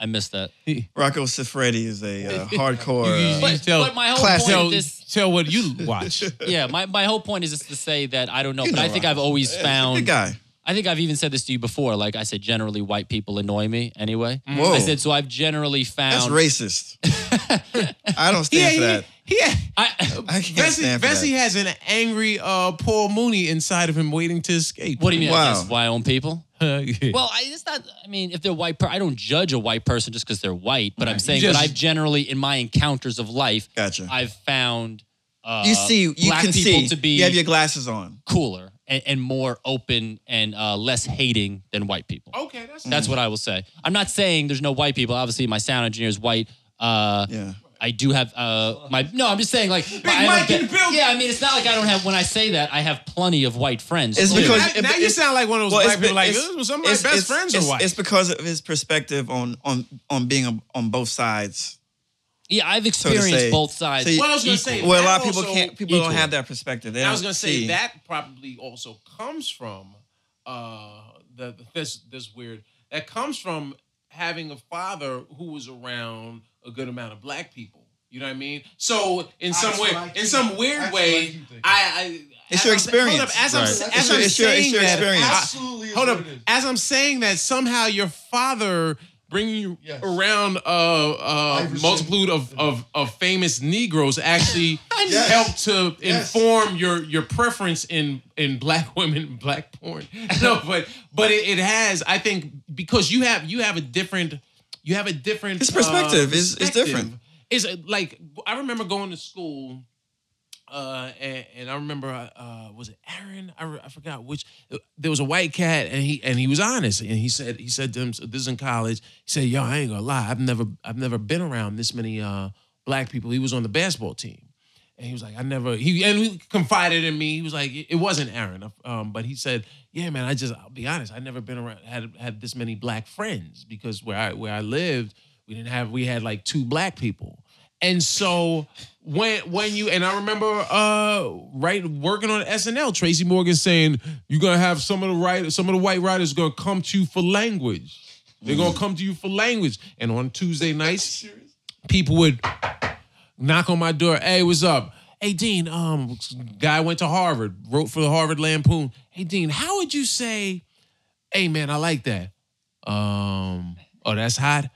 Speaker 3: I missed that.
Speaker 2: Rocco Siffredi is a uh, hardcore.
Speaker 1: You-
Speaker 2: Uh,
Speaker 3: But,
Speaker 1: tell-
Speaker 3: but my whole
Speaker 2: class-
Speaker 3: point
Speaker 1: Tell,
Speaker 3: of this
Speaker 1: tell what you watch.
Speaker 3: yeah, my, my whole point is just to say that I don't know, but
Speaker 2: know
Speaker 3: I think
Speaker 2: Ryan.
Speaker 3: I've always
Speaker 2: good
Speaker 3: found.
Speaker 2: guy.
Speaker 3: I think I've even said this to you before. Like I said, generally white people annoy me anyway.
Speaker 2: Mm. Whoa.
Speaker 3: I said so. I've generally found.
Speaker 2: That's racist. I don't
Speaker 1: Yeah,
Speaker 2: stand for
Speaker 1: yeah,
Speaker 2: that.
Speaker 1: yeah.
Speaker 3: I,
Speaker 2: I can't
Speaker 1: Vessi,
Speaker 2: stand for
Speaker 1: Vessi
Speaker 2: that.
Speaker 1: has an angry uh, Paul Mooney inside of him, waiting to escape.
Speaker 3: what do you mean?
Speaker 2: Wow.
Speaker 3: I guess why own people?
Speaker 1: well,
Speaker 3: Well, I, it's not. I mean, if they're white, per- I don't judge a white person just because they're white. But I'm saying
Speaker 1: Just-
Speaker 3: that I've generally, in my encounters of life,
Speaker 2: Gotcha.
Speaker 3: I've found uh,
Speaker 2: you see, you
Speaker 3: black
Speaker 2: can
Speaker 3: people
Speaker 2: see.
Speaker 3: to be
Speaker 2: you have your glasses on.
Speaker 3: cooler and, and more open and uh, less hating than white people.
Speaker 2: Oh,
Speaker 1: okay, that's
Speaker 3: That's what I will say. I'm not saying there's no white people. Obviously, my sound engineer is white. Uh,
Speaker 2: Yeah.
Speaker 3: I do have uh, my no. I'm just saying like I don't
Speaker 1: Mike in the building.
Speaker 3: Yeah, I mean it's not like I don't have. When I say that, I have plenty of white friends.
Speaker 2: It's
Speaker 3: too.
Speaker 2: because-
Speaker 1: now, now you sound like one of those black people. Like "Oh, some of my
Speaker 2: it's-
Speaker 1: best
Speaker 2: it's-
Speaker 1: friends
Speaker 2: it's,
Speaker 1: are white.
Speaker 2: It's because of his perspective on on on being on- on both sides.
Speaker 3: yeah, I've
Speaker 2: to
Speaker 3: experienced
Speaker 2: say-
Speaker 3: both sides.
Speaker 2: so you-
Speaker 1: Well, I was gonna say-
Speaker 2: Well, a lot of
Speaker 1: That
Speaker 2: people
Speaker 1: also
Speaker 2: can't. People don't
Speaker 3: equal.
Speaker 2: have that perspective. They
Speaker 1: I was
Speaker 2: don't
Speaker 1: gonna say
Speaker 2: see.
Speaker 1: that probably also comes from uh, the, this this weird that comes from having a father who was around a good amount of black people. You know what I mean? So in some
Speaker 4: That's
Speaker 1: way,
Speaker 4: what I
Speaker 1: in
Speaker 4: think.
Speaker 1: some weird
Speaker 4: That's
Speaker 1: way,
Speaker 4: what I think.
Speaker 1: I. I
Speaker 2: It's
Speaker 1: as
Speaker 2: your
Speaker 1: I'm sa- hold
Speaker 2: experience,
Speaker 1: up, as I'm
Speaker 2: right.
Speaker 1: s-
Speaker 4: It's
Speaker 1: as
Speaker 4: your-
Speaker 1: I'm
Speaker 2: it's your- it's
Speaker 1: saying
Speaker 2: your
Speaker 1: that,
Speaker 2: experience.
Speaker 1: I-
Speaker 4: Absolutely is
Speaker 1: Hold
Speaker 4: what
Speaker 1: up.
Speaker 4: it is.
Speaker 1: As I'm saying that, somehow your father bringing you
Speaker 4: Yes.
Speaker 1: around a uh,
Speaker 4: Iverson.
Speaker 1: multitude of, of, of famous Negroes actually
Speaker 4: Yes.
Speaker 1: helped to
Speaker 4: Yes.
Speaker 1: inform your your preference in in black women, black porn. No, but but it, it has. I think because you have you have a different you have a different uh,
Speaker 2: His perspective is- is different.
Speaker 1: Is uh, like I remember going to school uh, and, and I remember, uh, uh, was it Aaron? I, re- I forgot which. There was a white cat, and he and he was honest, and he said he said to him, "This is in college." He said, "Yo, I ain't gonna lie, I've never I've never been around this many uh, black people." He was on the basketball team, and he was like, "I never." He and he confided in me. He was like, "It wasn't Aaron," um, but he said, "Yeah, man, I just I'll be honest, I never been around had had this many black friends because where I where I lived, we didn't have we had like two black people." And so when when you and I remember uh right working on SNL, Tracy Morgan saying you're gonna have some of the right some of the white writers gonna come to you for language. They're gonna come to you for language. And on Tuesday nights, people would knock on my door. Hey, what's up? Hey, Dean. Um, guy went to Harvard, wrote for the Harvard Lampoon. Hey, Dean, how would you say? Hey, man, I like that. Um, oh, that's hot.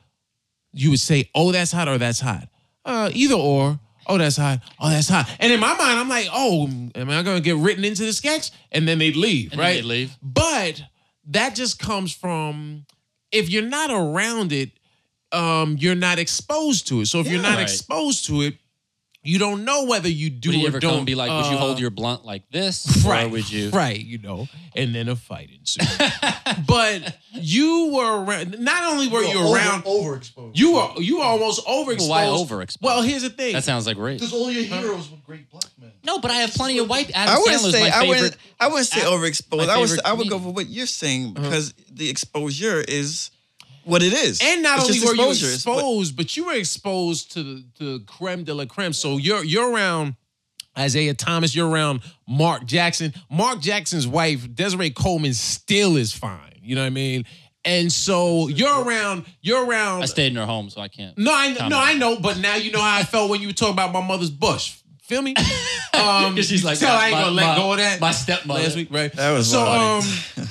Speaker 1: You would say, oh, that's hot, or that's hot. Uh, either or. Oh, that's hot. Oh, that's hot. And in my mind, I'm like, oh, am I gonna get written into the sketch? And then they'd leave,
Speaker 3: And then
Speaker 1: right?
Speaker 3: they'd leave.
Speaker 1: But that just comes from if you're not around it, um, you're not exposed to it. So if you're not
Speaker 3: Right.
Speaker 1: exposed to it, you don't know whether you do
Speaker 3: Would he
Speaker 1: or
Speaker 3: ever
Speaker 1: don't
Speaker 3: come and be like, would you
Speaker 1: uh,
Speaker 3: hold your blunt like this? Or
Speaker 1: right,
Speaker 3: would you?
Speaker 1: right, you know, and then a fight ensued. but you were around, not only were you
Speaker 4: over-
Speaker 1: around,
Speaker 4: overexposed.
Speaker 1: you were you were almost overexposed.
Speaker 3: Why overexposed?
Speaker 1: Well, here's the thing.
Speaker 3: That sounds like rape.
Speaker 4: because all your heroes were great black men.
Speaker 3: No, but I have plenty of white. Adam
Speaker 2: I wouldn't
Speaker 3: Sandler's
Speaker 2: say
Speaker 3: my
Speaker 2: I
Speaker 3: favorite.
Speaker 2: wouldn't I wouldn't say
Speaker 3: act-
Speaker 2: overexposed. I would
Speaker 3: favorite Uh-huh.
Speaker 2: I would go
Speaker 3: comedian.
Speaker 2: for what you're saying because the exposure is what it is.
Speaker 1: and not
Speaker 2: It's
Speaker 1: only
Speaker 2: just
Speaker 1: were you
Speaker 2: exposure. It's what-
Speaker 1: exposed, but you were exposed to the to creme de la creme. So you're you're around Isaiah Thomas. You're around Mark Jackson. Mark Jackson's wife Desiree Coleman still is fine. You know what I mean? And so you're around you're around
Speaker 3: I stayed in her home, so I can't.
Speaker 1: No, I
Speaker 3: Comment.
Speaker 1: no, I know, but now you know how I felt when you were talking about my mother's bush. Feel me? Um,
Speaker 3: Because she's like,
Speaker 1: so I ain't
Speaker 3: my-
Speaker 1: gonna let
Speaker 3: my-
Speaker 1: go of that.
Speaker 3: My stepmother.
Speaker 1: last week, right?
Speaker 2: That was
Speaker 1: so.
Speaker 2: wild.
Speaker 1: Um,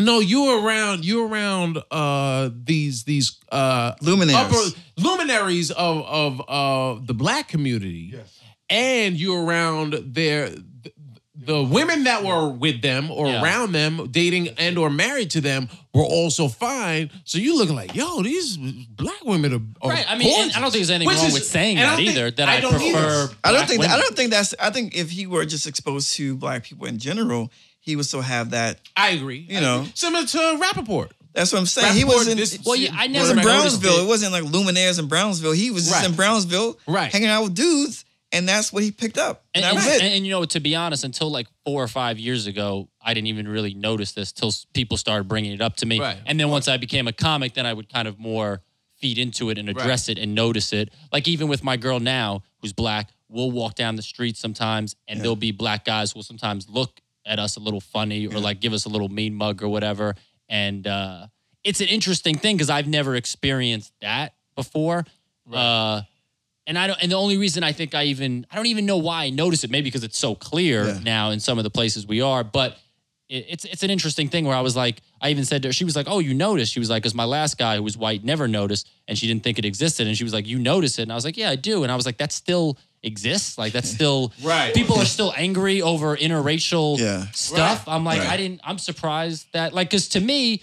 Speaker 1: no, you were around. You were around uh, these these uh,
Speaker 2: Luminaires.
Speaker 1: upper luminaries of of uh, the black community,
Speaker 4: Yes.
Speaker 1: and you were around their the, the women that were with them or
Speaker 3: Yeah.
Speaker 1: around them, dating and or married to them, were also fine. So you looking like, yo, these black women are, are
Speaker 3: Right. I mean, and I don't think there's anything
Speaker 1: Which
Speaker 3: wrong
Speaker 1: is-
Speaker 3: with saying
Speaker 1: and I
Speaker 3: that
Speaker 1: don't
Speaker 3: either.
Speaker 1: think-
Speaker 3: That
Speaker 1: I
Speaker 3: I,
Speaker 1: don't either.
Speaker 3: prefer.
Speaker 2: I
Speaker 3: black
Speaker 2: don't think that, I
Speaker 3: women.
Speaker 2: don't think that's I think if he were just exposed to black people in general, he would still have that.
Speaker 1: I agree.
Speaker 2: You
Speaker 1: I
Speaker 2: know.
Speaker 1: agree. similar to Rappaport.
Speaker 2: That's what I'm saying. he
Speaker 1: Rappaport
Speaker 2: was in
Speaker 1: dis-
Speaker 3: Well, yeah, I
Speaker 1: was
Speaker 2: It was
Speaker 3: never
Speaker 2: in
Speaker 1: around-
Speaker 3: noticed
Speaker 2: Brownsville.
Speaker 3: it.
Speaker 2: It. wasn't like luminaires in Brownsville. He was just
Speaker 1: Right.
Speaker 2: in Brownsville,
Speaker 1: Right.
Speaker 2: hanging out with dudes, and that's what he picked up.
Speaker 3: And,
Speaker 2: And,
Speaker 3: and,
Speaker 2: that was
Speaker 3: and,
Speaker 2: it.
Speaker 3: and, you know, to be honest, until like four or five years ago, I didn't even really notice this till s- people started bringing it up to me.
Speaker 1: Right.
Speaker 3: And then once I became a comic, then I would kind of more feed into it and address it and notice it. Like even with my girl now, who's black, we'll walk down the street sometimes, and there'll be black guys who will sometimes look at us a little funny or like give us a little mean mug or whatever. And uh, it's an interesting thing because I've never experienced that before. Uh, and I don't. And the only reason I think I even I don't even know why I notice it. Maybe because it's so clear
Speaker 2: Yeah.
Speaker 3: now in some of the places we are. But it, it's it's an interesting thing where I was like, I even said to her, she was like, "Oh, you noticed?" She was like, "Cause my last guy who was white never noticed, and she didn't think it existed." And she was like, "You notice it?" And I was like, "Yeah, I do." And I was like, "That still exists. Like that's still
Speaker 1: Right.
Speaker 3: People are still angry over interracial
Speaker 2: Yeah.
Speaker 3: stuff." I'm like,
Speaker 2: Right.
Speaker 3: I didn't. I'm surprised that like because to me,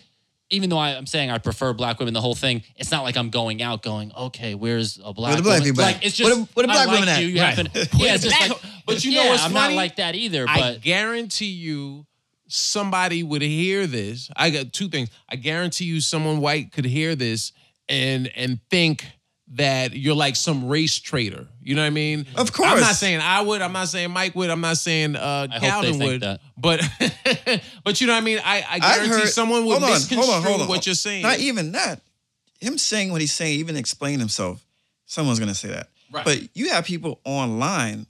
Speaker 3: even though I, I'm saying I prefer black women, the whole thing, it's not like I'm going out going, okay, where's a black,
Speaker 2: the black
Speaker 3: woman?
Speaker 2: people at?
Speaker 3: Like, it's
Speaker 2: Where
Speaker 3: just,
Speaker 2: the- where the black
Speaker 3: I like
Speaker 2: women at?
Speaker 3: you, you
Speaker 1: Right.
Speaker 3: happen- yeah, it's just
Speaker 1: Black-
Speaker 3: like,
Speaker 1: but you know
Speaker 3: yeah,
Speaker 1: what's
Speaker 3: I'm
Speaker 1: funny?
Speaker 3: not like that either,
Speaker 1: I
Speaker 3: but
Speaker 1: guarantee you somebody would hear this. I got two things. I guarantee you someone white could hear this and and think that you're like some race traitor. You know what I mean?
Speaker 2: Of
Speaker 1: I'm not
Speaker 2: course.
Speaker 1: saying I would, I'm not saying Mike would, I'm not saying uh
Speaker 3: I hope they
Speaker 1: Calvin
Speaker 3: think
Speaker 1: would.
Speaker 3: that.
Speaker 1: But but you know what I mean? I, I
Speaker 2: I
Speaker 1: guarantee
Speaker 2: heard-
Speaker 1: someone would
Speaker 2: hold on, hold on,
Speaker 1: misconstrue
Speaker 2: hold on.
Speaker 1: what you're saying.
Speaker 2: Not e- even that. Him saying what he's saying, even explain himself. Someone's gonna say that.
Speaker 1: Right.
Speaker 2: But you have people online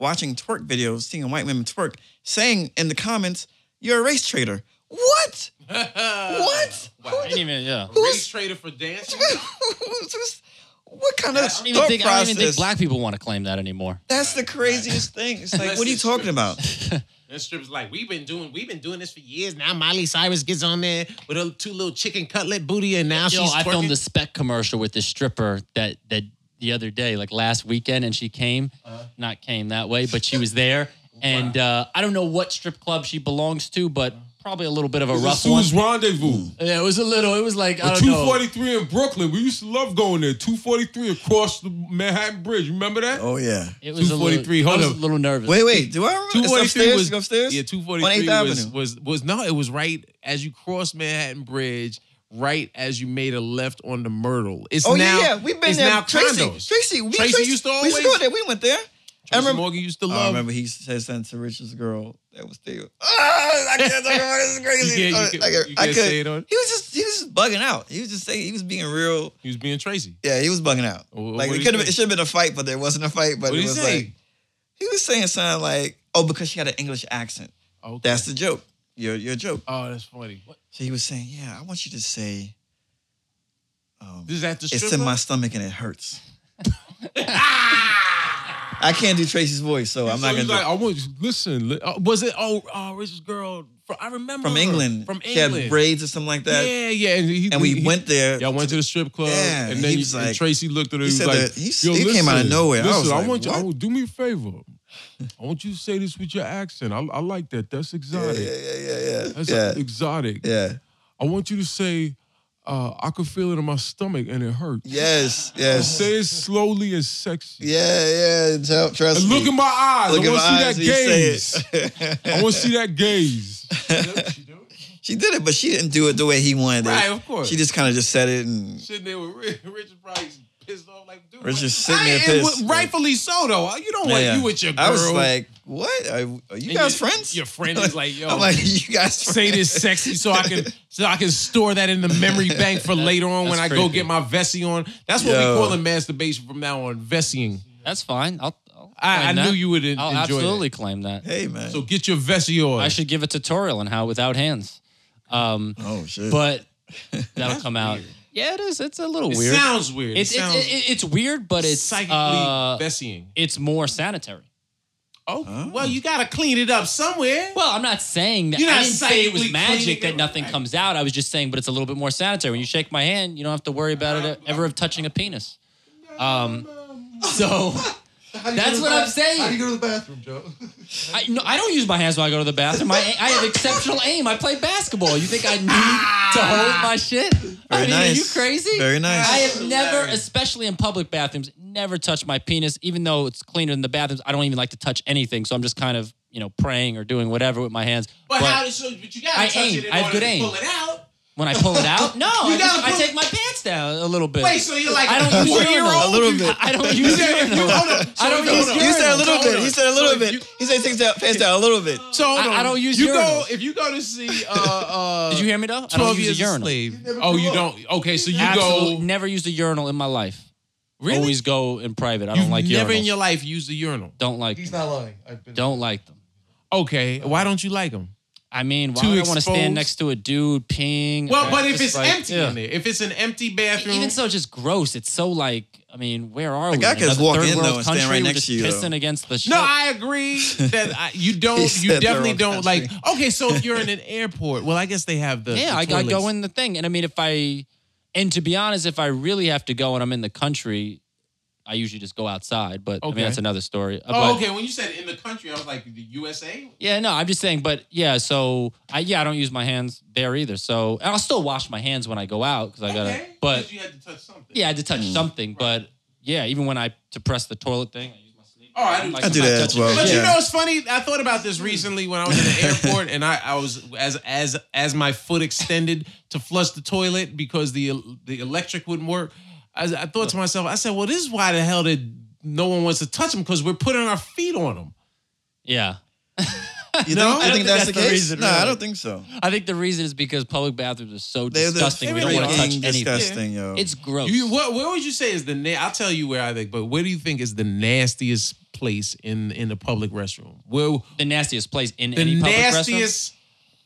Speaker 2: watching twerk videos, seeing white women twerk, saying in the comments, "You're a race traitor." What? what?
Speaker 1: Wow.
Speaker 3: I didn't even, yeah.
Speaker 1: Race traitor for dancing?
Speaker 2: what kind of
Speaker 1: I
Speaker 3: I don't, even
Speaker 2: thought
Speaker 3: think, I don't
Speaker 2: process?
Speaker 3: even think black people want to claim that anymore.
Speaker 2: That's the craziest thing. It's like,
Speaker 1: Unless
Speaker 2: what are you
Speaker 1: it's
Speaker 2: talking
Speaker 1: true.
Speaker 2: about?
Speaker 1: And strips like we've been doing, we've been doing this for years. Now Miley Cyrus gets on there with her two little chicken cutlet booty, and now
Speaker 3: Yo,
Speaker 1: she's
Speaker 3: I
Speaker 1: twerking.
Speaker 3: filmed the spec commercial with this stripper that that the other day, like last weekend, and she came,
Speaker 1: Uh-huh.
Speaker 3: not came that way, but she was there. And uh, I don't know what strip club she belongs to, but probably a little bit of a rough one.
Speaker 1: Rendezvous.
Speaker 3: Yeah, it was a little. It was like I don't
Speaker 1: Two
Speaker 3: know.
Speaker 1: forty three in Brooklyn. We used to love going there. Two forty three across the Manhattan Bridge. Remember that?
Speaker 2: Oh yeah.
Speaker 3: It was a little-
Speaker 1: 243,
Speaker 3: I
Speaker 1: hold
Speaker 3: was
Speaker 1: up.
Speaker 3: a little nervous.
Speaker 2: Wait, wait. Do I remember?
Speaker 1: Two
Speaker 2: It's
Speaker 1: forty three
Speaker 2: upstairs?
Speaker 1: was
Speaker 2: Go upstairs.
Speaker 1: Yeah, two forty
Speaker 2: On
Speaker 1: three
Speaker 2: Eighth
Speaker 1: was,
Speaker 2: Avenue.
Speaker 1: was was no, it was right as you crossed Manhattan Bridge, right as you made a left on the Myrtle. It's
Speaker 2: Oh
Speaker 1: now,
Speaker 2: yeah, yeah, we've been
Speaker 1: it's
Speaker 2: there.
Speaker 1: now
Speaker 2: Tracy,
Speaker 1: condos.
Speaker 2: Tracy, we,
Speaker 1: Tracy used to
Speaker 2: we
Speaker 1: always-
Speaker 2: go there. We went there. I
Speaker 1: Tracy
Speaker 2: remember. Oh,
Speaker 1: Morgan used to
Speaker 2: I
Speaker 1: love.
Speaker 2: remember he said something to Richard's girl that was there. Ah, I can't talk about this. It's crazy. Oh,
Speaker 1: You can't- you
Speaker 2: I,
Speaker 1: can't- you
Speaker 2: I
Speaker 1: can't
Speaker 2: could-
Speaker 1: say it on-
Speaker 2: He was just he was just bugging out. He was just saying he was being real.
Speaker 1: He was being Tracy.
Speaker 2: Yeah, he was bugging out.
Speaker 1: Wh-
Speaker 2: like
Speaker 1: what
Speaker 2: it
Speaker 1: he
Speaker 2: could have
Speaker 1: say?
Speaker 2: it should have been a fight, but there wasn't a fight. But
Speaker 1: What did
Speaker 2: it
Speaker 1: he
Speaker 2: was
Speaker 1: say?
Speaker 2: like he was saying something like, "Oh, because she had an English accent.
Speaker 1: Okay.
Speaker 2: That's the joke. Your your joke."
Speaker 1: oh, that's funny. What?
Speaker 2: So he was saying, "Yeah, I want you to say." Um,
Speaker 1: This is at the strip
Speaker 2: it's in
Speaker 1: club?
Speaker 2: my stomach and it hurts. I can't do Tracy's voice, so I'm
Speaker 1: So
Speaker 2: not
Speaker 1: he's
Speaker 2: gonna. do
Speaker 1: like,
Speaker 2: it.
Speaker 1: I want you listen. li- uh, was it oh, oh Rich's girl? From, I remember
Speaker 2: From
Speaker 1: her.
Speaker 2: England,
Speaker 1: From
Speaker 2: she had
Speaker 1: England.
Speaker 2: braids or something like that,
Speaker 1: yeah, yeah. And, he,
Speaker 2: and we
Speaker 1: he-
Speaker 2: went there.
Speaker 1: Y'all went to the strip club,
Speaker 2: Yeah,
Speaker 1: and then
Speaker 2: he
Speaker 1: you,
Speaker 2: was
Speaker 1: and
Speaker 2: like-
Speaker 1: Tracy looked at her. He,
Speaker 2: he
Speaker 1: was
Speaker 2: said
Speaker 1: like,
Speaker 2: that- he s-
Speaker 1: Yo,
Speaker 2: he
Speaker 1: listen,
Speaker 2: came out of nowhere. I
Speaker 1: Listen, I,
Speaker 2: was like,
Speaker 1: want you. I
Speaker 2: what?
Speaker 1: want, do me a favor. I want you to say this with your accent. I, I like that. That's
Speaker 2: Yeah,
Speaker 1: exotic.
Speaker 2: yeah, yeah, yeah,
Speaker 1: That's
Speaker 2: yeah,
Speaker 1: exotic.
Speaker 2: yeah.
Speaker 1: I want you to say, uh, I could feel it in my stomach and it hurt.
Speaker 5: Yes, yes.
Speaker 1: Say it slowly and sexy.
Speaker 5: Yeah, yeah. Tell, trust
Speaker 1: And
Speaker 5: me.
Speaker 1: look in my eyes.
Speaker 5: Look
Speaker 1: I
Speaker 5: in
Speaker 1: want
Speaker 5: my
Speaker 1: to
Speaker 5: eyes
Speaker 1: see
Speaker 5: when you say
Speaker 1: that gaze.
Speaker 5: it.
Speaker 1: I want to see that gaze.
Speaker 4: She do it?
Speaker 2: She did it, but she didn't do it the way he wanted it.
Speaker 1: Right, of course.
Speaker 2: She just kind of just said it, and
Speaker 1: Sitting there with Rich, Richard Price pissed off like dude.
Speaker 2: Richard's
Speaker 1: what-
Speaker 2: sitting there
Speaker 1: I- and
Speaker 2: pissed.
Speaker 1: what- rightfully so though. You don't
Speaker 2: Yeah,
Speaker 1: want
Speaker 2: yeah.
Speaker 1: you with your girl.
Speaker 2: I was like, "What? Are, are you
Speaker 1: and
Speaker 2: guys
Speaker 1: your-
Speaker 2: friends?"
Speaker 1: Your friend is like, yo,
Speaker 2: I'm like, "You guys
Speaker 1: say
Speaker 2: friends?"
Speaker 1: this sexy so I can so I can store that in the memory bank for later on when I
Speaker 3: that's
Speaker 1: go
Speaker 3: creepy.
Speaker 1: get my vessie on. That's what
Speaker 2: Yo.
Speaker 1: we call in masturbation from now on, vessying.
Speaker 3: That's fine. I'll. I'll claim
Speaker 1: I, I
Speaker 3: that.
Speaker 1: knew you would en-
Speaker 3: I'll
Speaker 1: enjoy
Speaker 3: Oh, absolutely claim that.
Speaker 2: Hey man.
Speaker 1: that. So get your vessie on.
Speaker 3: I should give a tutorial on how without hands. Um,
Speaker 2: oh shit.
Speaker 3: but that'll come out. Yeah, it is. It's a little
Speaker 1: it
Speaker 3: weird.
Speaker 1: sounds weird.
Speaker 3: it's,
Speaker 1: it sounds
Speaker 3: it's, it- it's weird, but it's
Speaker 1: psychically
Speaker 3: uh,
Speaker 1: vessying.
Speaker 3: it's more sanitary.
Speaker 1: Oh,
Speaker 2: Oh.
Speaker 1: well, you gotta clean it up somewhere.
Speaker 3: Well, I'm not saying that.
Speaker 1: You're
Speaker 3: I
Speaker 1: not
Speaker 3: didn't say it was
Speaker 1: psychically
Speaker 3: magic
Speaker 1: cleaning
Speaker 3: that
Speaker 1: it,
Speaker 3: nothing
Speaker 1: right.
Speaker 3: comes out. I was just saying, but it's a little bit more sanitary. When you shake my hand, you don't have to worry about it ever of touching a penis. Um, so
Speaker 4: How do you
Speaker 3: That's
Speaker 4: go to
Speaker 3: what
Speaker 4: the
Speaker 3: I'm
Speaker 4: bath-
Speaker 3: saying.
Speaker 4: How do you go to the bathroom, Joe?
Speaker 3: I, no, I don't use my hands when I go to the bathroom. I, I have exceptional aim. I play basketball. You think I need to hold my shit? I
Speaker 2: Very
Speaker 3: mean,
Speaker 2: nice.
Speaker 3: are you crazy?
Speaker 2: Very nice.
Speaker 3: I have never, especially in public bathrooms, never touched my penis, even though it's cleaner than the bathrooms. I don't even like to touch anything, so I'm just kind of, you know, praying or doing whatever with my hands.
Speaker 1: but, how? So, but you gotta
Speaker 3: I
Speaker 1: touch
Speaker 3: aim.
Speaker 1: it in
Speaker 3: I have
Speaker 1: order
Speaker 3: good
Speaker 1: to
Speaker 3: aim.
Speaker 1: pull it out.
Speaker 3: when I pull it out, no,
Speaker 1: gotta
Speaker 3: I, just- I
Speaker 1: pull-
Speaker 3: take my pants down a little bit.
Speaker 1: Wait, so you're like
Speaker 3: I don't use
Speaker 1: four year
Speaker 3: urinals.
Speaker 1: old?
Speaker 2: a little bit.
Speaker 3: I don't use urinals. I don't use
Speaker 2: He said a little
Speaker 1: So
Speaker 2: bit.
Speaker 1: hold
Speaker 2: He
Speaker 1: on.
Speaker 2: said a
Speaker 1: So
Speaker 2: little
Speaker 1: if you-
Speaker 2: bit. He said things down, pants down a little bit.
Speaker 1: So hold
Speaker 3: I-
Speaker 1: on.
Speaker 3: I don't use
Speaker 1: you go
Speaker 3: urinals.
Speaker 1: if you go to see uh uh
Speaker 3: Did you hear me though? I don't
Speaker 1: Twelve
Speaker 3: use
Speaker 1: Years
Speaker 3: a
Speaker 1: a
Speaker 3: urinal.
Speaker 1: Slave.
Speaker 4: never
Speaker 1: Oh,
Speaker 4: grew
Speaker 1: you
Speaker 4: up.
Speaker 1: don't. Okay, so you
Speaker 3: Absolutely
Speaker 1: go.
Speaker 3: never used a urinal in my life.
Speaker 1: Really?
Speaker 3: Always go in private. I
Speaker 1: You've
Speaker 3: don't like
Speaker 1: never
Speaker 3: urinals.
Speaker 1: in your life used a urinal.
Speaker 3: don't like
Speaker 4: He's
Speaker 3: them.
Speaker 4: not lying. I've been.
Speaker 3: Don't like them.
Speaker 1: Okay, why don't you like them?
Speaker 3: I mean, why
Speaker 1: Too
Speaker 3: would I want to stand
Speaker 1: exposed?
Speaker 3: next to a dude peeing?
Speaker 1: Well,
Speaker 3: Uh,
Speaker 1: but if
Speaker 3: just
Speaker 1: it's
Speaker 3: like-
Speaker 1: empty
Speaker 3: yeah.
Speaker 1: in there, if it's an empty bathroom,
Speaker 3: even so, it's just gross. It's so like, I mean, where are we?
Speaker 2: guy
Speaker 3: In
Speaker 2: could just
Speaker 3: another
Speaker 2: walk
Speaker 3: third
Speaker 2: in, though,
Speaker 3: world
Speaker 2: and stand
Speaker 3: country?
Speaker 2: right
Speaker 3: We're
Speaker 2: next
Speaker 3: just
Speaker 2: to you, though.
Speaker 3: Pissing against the shit.
Speaker 1: No, I agree that I, you don't.
Speaker 2: He
Speaker 1: you
Speaker 2: said
Speaker 1: definitely
Speaker 2: they're all
Speaker 1: don't like. Okay, so if you're in an airport, well, I guess they have the.
Speaker 3: yeah,
Speaker 1: the
Speaker 3: I, I go
Speaker 1: toilets.
Speaker 3: in the thing, and I mean, if I, and to be honest, if I really have to go and I'm in the country, I usually just go outside. But I
Speaker 1: Okay.
Speaker 3: mean, that's another story. Uh,
Speaker 1: Oh,
Speaker 3: but-
Speaker 1: okay. When you said in the country, I was like the USA.
Speaker 3: Yeah, no, I'm just saying, but yeah, so I yeah, I don't use my hands there either. So and I'll still wash my hands when I go out because I gotta.
Speaker 1: Okay,
Speaker 3: But
Speaker 1: 'cause you had to touch something.
Speaker 3: yeah, I had to
Speaker 2: Mm.
Speaker 3: touch something. But yeah, even when I to press the toilet thing, I use my sleeve.
Speaker 1: Oh, I do.
Speaker 3: Like,
Speaker 2: I do
Speaker 3: I'm not
Speaker 2: that as
Speaker 3: touching
Speaker 2: well.
Speaker 1: But you
Speaker 2: Yeah.
Speaker 1: know, it's funny. I thought about this recently when I was in the airport, and I, I was as as as my foot extended to flush the toilet because the the electric wouldn't work. I, I thought to myself, I said, "Well, this is why the hell did no one wants to touch them because we're putting our feet on them."
Speaker 3: Yeah,
Speaker 1: No, I
Speaker 2: You think, you
Speaker 1: don't
Speaker 2: think
Speaker 3: think
Speaker 2: that's
Speaker 3: that's
Speaker 2: the
Speaker 3: the
Speaker 2: case?
Speaker 3: reason,
Speaker 2: no, I
Speaker 3: really.
Speaker 2: don't think so.
Speaker 3: I think the reason is because public bathrooms are so
Speaker 2: They're the
Speaker 3: disgusting. We don't want to touch
Speaker 2: freaking
Speaker 3: anything.
Speaker 2: disgusting, yo.
Speaker 3: It's gross.
Speaker 1: You, what, where would you say is the? Na- I'll tell you where I think, but where do you think is the nastiest place in in the public restroom? Where
Speaker 3: the nastiest place in
Speaker 1: the
Speaker 3: any public
Speaker 1: nastiest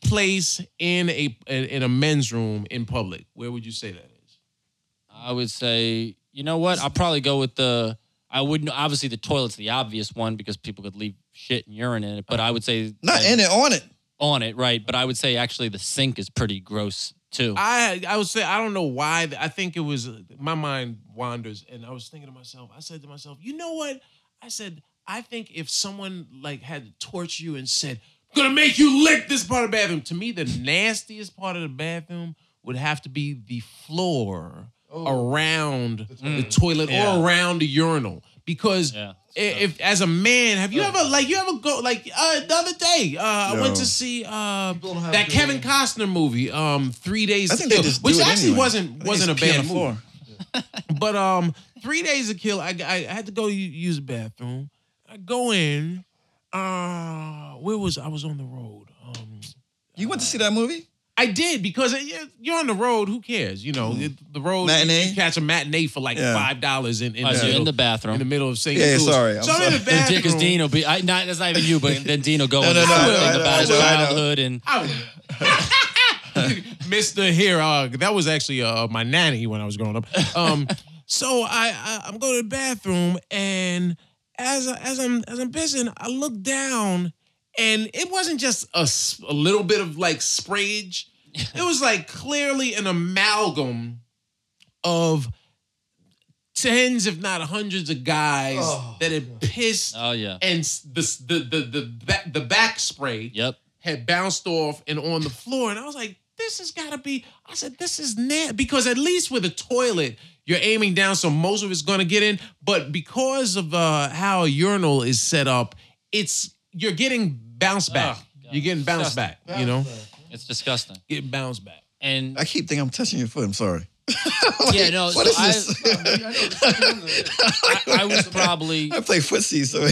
Speaker 1: place in a in a men's room in public? Where would you say that is?
Speaker 3: restroom. I would say, you know what? I'll probably go with the. I wouldn't obviously the toilet's the obvious one because people could leave shit and urine in it. But I would say
Speaker 2: Not
Speaker 3: like,
Speaker 2: in it, on it.
Speaker 3: on it, right? But I would say actually the sink is pretty gross too.
Speaker 1: I I would say I don't know why. I think it was my mind wanders, and I was thinking to myself. I said to myself, you know what? I said I think if someone like had to torture you and said, "I'm gonna make you lick this part of the bathroom," to me the nastiest part of the bathroom would have to be the floor
Speaker 4: Oh.
Speaker 1: around
Speaker 3: toilet.
Speaker 1: the toilet
Speaker 3: Yeah.
Speaker 1: or around the urinal because.
Speaker 3: yeah.
Speaker 1: i- If as a man, have you ever like you ever go like uh, the other day? Uh, I went
Speaker 2: No.
Speaker 1: to see uh,
Speaker 4: People don't have
Speaker 1: that
Speaker 4: to-
Speaker 1: Kevin Costner movie, um, Three Days
Speaker 2: I
Speaker 1: to
Speaker 2: think they
Speaker 1: Kill,
Speaker 2: just do
Speaker 1: which
Speaker 2: it
Speaker 1: actually
Speaker 2: anyway. I
Speaker 1: wasn't
Speaker 2: think
Speaker 1: wasn't a
Speaker 2: it's pee on
Speaker 1: bad
Speaker 2: the
Speaker 1: movie.
Speaker 2: floor.
Speaker 1: But um, Three Days to Kill, I, I, I had to go u- use the bathroom. I go in. Uh, where was I? Was on the road. Um,
Speaker 2: You went to see that movie?
Speaker 1: I did because it- yeah, you're on the road. Who cares? You know, it- the road. you-
Speaker 2: Mm-hmm. Matinee?
Speaker 1: You catch a matinee for like
Speaker 2: Yeah. Oh,
Speaker 1: five dollars in in,
Speaker 3: All right, so
Speaker 1: the
Speaker 3: you're in the
Speaker 1: middle, in the
Speaker 3: bathroom.
Speaker 1: middle of St.
Speaker 2: Yeah,
Speaker 1: Louis.
Speaker 2: sorry, I'm
Speaker 1: so I'm in the
Speaker 3: The
Speaker 1: bathroom.
Speaker 3: dick is Dean will be. I, not, that's not even you, but then Dean will go
Speaker 2: No,
Speaker 3: on
Speaker 2: no,
Speaker 3: and
Speaker 2: no,
Speaker 3: something
Speaker 1: I know,
Speaker 3: about his
Speaker 1: I know,
Speaker 2: I know.
Speaker 3: childhood and
Speaker 1: I would- Mr. Here, uh, that was actually uh, my nanny when I was growing up. Um, so I, I I'm going to the bathroom, and as I- as I'm as I'm pissing, I look down, and it wasn't just a, s- a little bit of like sprayage. It was like clearly an amalgam of tens, if not hundreds, of guys
Speaker 4: Oh.
Speaker 1: that had pissed,
Speaker 3: oh yeah,
Speaker 1: and s- the s- the the the, the, back- the back spray
Speaker 3: yep.
Speaker 1: had bounced off and on the floor, and I was like, this has got to be. I said, this is net because at least with a toilet, you're aiming down, so most of it's going to get in. But because of uh, how a urinal is set up, it's you're getting bounce back.
Speaker 3: Ugh, God.
Speaker 1: you're getting bounce back. You know,
Speaker 3: It's disgusting.
Speaker 1: get bounce back.
Speaker 3: And
Speaker 5: I keep thinking I'm touching your foot. I'm sorry.
Speaker 3: yeah, no.
Speaker 5: what is
Speaker 3: so
Speaker 5: this?
Speaker 4: I know, it's-
Speaker 3: I, I, I was probably
Speaker 5: I play footsie, so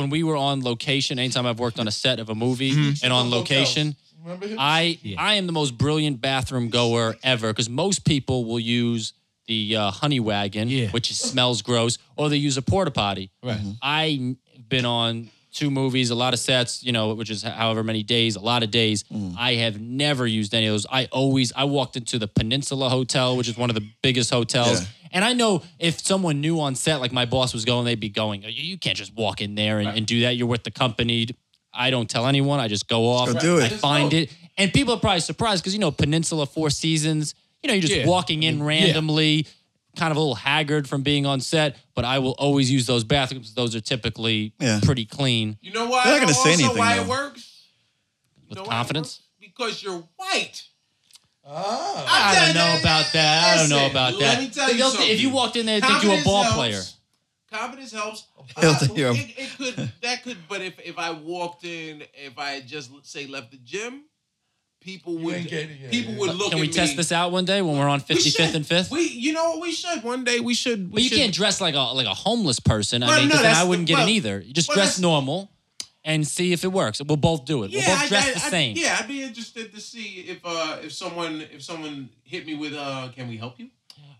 Speaker 3: when we were on location. Anytime I've worked on a set of a movie
Speaker 1: Mm-hmm.
Speaker 3: and on location,
Speaker 4: Remember him?
Speaker 3: I
Speaker 1: Yeah.
Speaker 3: I am the most brilliant bathroom goer ever because most people will use the uh, honey wagon,
Speaker 1: Yeah.
Speaker 3: which is- smells gross, or they use a porta potty.
Speaker 1: Right.
Speaker 5: Mm-hmm.
Speaker 3: I've been on two movies, a lot of sets, you know, which is however many days, a lot of days.
Speaker 5: Mm.
Speaker 3: I have never used any of those. I always I walked into the Peninsula Hotel, which is one of the biggest hotels.
Speaker 5: Yeah.
Speaker 3: And I know if someone new on set, like my boss was going, they'd be going, "You- you can't just walk in there and, and do that. You're with the company. I don't tell anyone. I just go off.
Speaker 5: go do
Speaker 3: I
Speaker 5: it.
Speaker 3: find it. And people are probably surprised because, you know, Peninsula Four Seasons, you know, you're just
Speaker 1: Yeah.
Speaker 3: walking in randomly, kind of a little haggard from being on set, but I will always use those bathrooms. Those are typically
Speaker 5: Yeah.
Speaker 3: pretty clean
Speaker 1: You know why?
Speaker 5: They're not gonna
Speaker 1: also
Speaker 5: say anything,
Speaker 1: Why it
Speaker 5: though.
Speaker 1: works? You
Speaker 3: with
Speaker 1: know why it
Speaker 3: confidence.
Speaker 1: works? Because you're white.
Speaker 4: Ah.
Speaker 3: I
Speaker 1: I'm
Speaker 3: don't
Speaker 1: telling
Speaker 3: know
Speaker 1: you,
Speaker 3: about that. I don't know
Speaker 1: listen,
Speaker 3: about
Speaker 1: let
Speaker 3: that.
Speaker 1: me tell
Speaker 3: But
Speaker 1: you
Speaker 3: they'll-
Speaker 1: something.
Speaker 3: If you walked in there, and think you
Speaker 1: Confidence
Speaker 3: a ball
Speaker 1: helps.
Speaker 3: player.
Speaker 1: Confidence helps.
Speaker 5: Hell,
Speaker 1: I-
Speaker 5: thank you.
Speaker 1: it, it could that could, but if if I walked in, if I had just say left the gym, people would
Speaker 4: ain't getting it,
Speaker 1: people
Speaker 4: yeah.
Speaker 1: would look.
Speaker 3: Can
Speaker 1: at
Speaker 3: we
Speaker 1: me.
Speaker 3: test this out one day when we're on
Speaker 1: We should.
Speaker 3: 55th and 5th?
Speaker 1: We, you know, what we should one day. We should. We
Speaker 3: but you
Speaker 1: should,
Speaker 3: can't dress like a like a homeless person.
Speaker 1: Well,
Speaker 3: I mean,
Speaker 1: no,
Speaker 3: 'cause then
Speaker 1: that's
Speaker 3: I
Speaker 1: the-
Speaker 3: wouldn't get
Speaker 1: well,
Speaker 3: it either. You just
Speaker 1: well,
Speaker 3: dress
Speaker 1: that's-
Speaker 3: normal and see if it works. We'll both do it. we'll both dress
Speaker 1: I,
Speaker 3: the
Speaker 1: I-
Speaker 3: same.
Speaker 1: yeah, I'd be interested to see if uh if someone if someone hit me with uh can we help you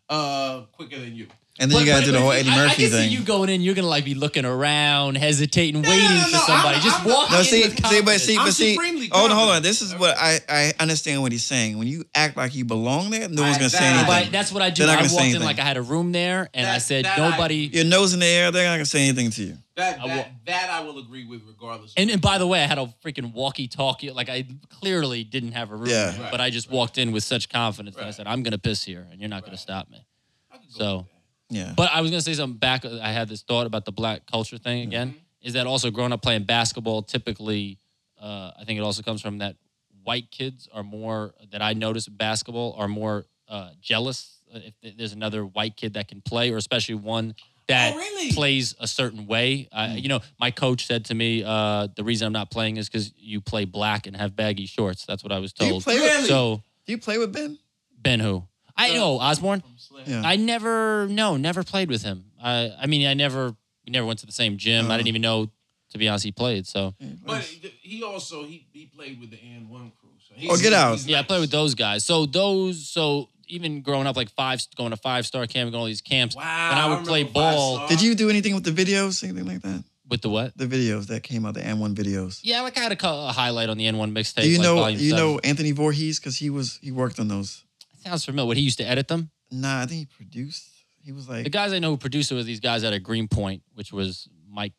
Speaker 1: uh quicker than you.
Speaker 5: and then you gotta do the whole Eddie
Speaker 3: I, I
Speaker 5: Murphy
Speaker 3: can
Speaker 5: thing.
Speaker 3: see you going in. You're gonna like be looking around, hesitating,
Speaker 1: no,
Speaker 3: waiting
Speaker 1: no,
Speaker 3: for
Speaker 1: no,
Speaker 3: somebody.
Speaker 1: I'm-
Speaker 3: just
Speaker 1: I'm-
Speaker 3: walk
Speaker 5: No,
Speaker 3: in
Speaker 5: see,
Speaker 3: with
Speaker 5: see, but
Speaker 3: confidence.
Speaker 5: see,
Speaker 1: I'm
Speaker 5: but see.
Speaker 1: supremely
Speaker 5: Hold on, hold on.
Speaker 1: confident.
Speaker 5: This is what I, I understand what he's saying. When you act like you belong there, no one's
Speaker 1: I-
Speaker 5: gonna say
Speaker 1: that-
Speaker 5: anything.
Speaker 3: But that's what I do.
Speaker 5: They're not
Speaker 3: I
Speaker 5: gonna
Speaker 3: walked
Speaker 5: say
Speaker 3: in
Speaker 5: anything.
Speaker 3: like I had a room there, and I
Speaker 1: That-
Speaker 3: said
Speaker 1: that I-
Speaker 3: nobody.
Speaker 5: Your nose in the air, they're not gonna say anything to you.
Speaker 1: That
Speaker 3: I
Speaker 1: that,
Speaker 3: will-
Speaker 1: that I will agree with regardless. of-
Speaker 3: and, and by the way, I had a freaking walkie-talkie. Like I clearly didn't have a room,
Speaker 5: Yeah.
Speaker 3: there,
Speaker 1: Right,
Speaker 3: but I just walked in with such confidence. And I
Speaker 1: Right.
Speaker 3: said, "I'm gonna piss here, and you're not gonna
Speaker 1: Right.
Speaker 3: stop me."
Speaker 1: I could go
Speaker 3: So.
Speaker 1: with that.
Speaker 5: Yeah.
Speaker 3: But I was gonna say something back. I had this thought about the black culture thing
Speaker 1: Mm-hmm.
Speaker 3: again. Is that also growing up playing basketball? Typically, uh, I think it also comes from that white kids are more that I notice in basketball are more uh, jealous uh, if th- there's another white kid that can play, or especially one that
Speaker 1: Oh, really? Hmm.
Speaker 3: plays a certain way. I, you know, my coach said to me, uh, "The reason I'm not playing is because you play black and have baggy shorts." That's what I was
Speaker 5: Do
Speaker 3: told.
Speaker 5: you play with
Speaker 1: Really?
Speaker 3: so
Speaker 5: Do you play with Ben?
Speaker 3: Ben, who I
Speaker 1: Uh,
Speaker 3: know Osborne.
Speaker 1: I'm slam-
Speaker 5: Yeah.
Speaker 3: I never, no, never played with him. I, I mean, I never, we never went to the same gym. I
Speaker 5: Oh.
Speaker 3: didn't even know, to be honest, he played. So
Speaker 1: But he also he, he played with the and one crew. So he's,
Speaker 5: Oh, get out.
Speaker 1: he's
Speaker 3: yeah, I
Speaker 1: nice.
Speaker 3: played with those guys. So those, so even growing up, like five, going to five star camp, going to all these camps.
Speaker 1: Wow.
Speaker 3: When I would
Speaker 1: remember
Speaker 3: play
Speaker 1: Five
Speaker 3: ball-
Speaker 1: Star.
Speaker 5: Did you do anything with the videos, anything like that?
Speaker 3: With the what?
Speaker 5: The videos that came out, the M1 videos.
Speaker 3: Yeah, like I had a, co- a highlight on the N1 mixtape.
Speaker 5: Do you
Speaker 3: like
Speaker 5: know
Speaker 3: volume
Speaker 5: you
Speaker 3: seven.
Speaker 5: know Anthony Voorhees? Because he was he worked on those.
Speaker 3: Sounds familiar. What he used to edit them.
Speaker 5: Nah, I think he produced. He was like
Speaker 3: The guys I know who produced it were these guys out of Greenpoint, which was Mike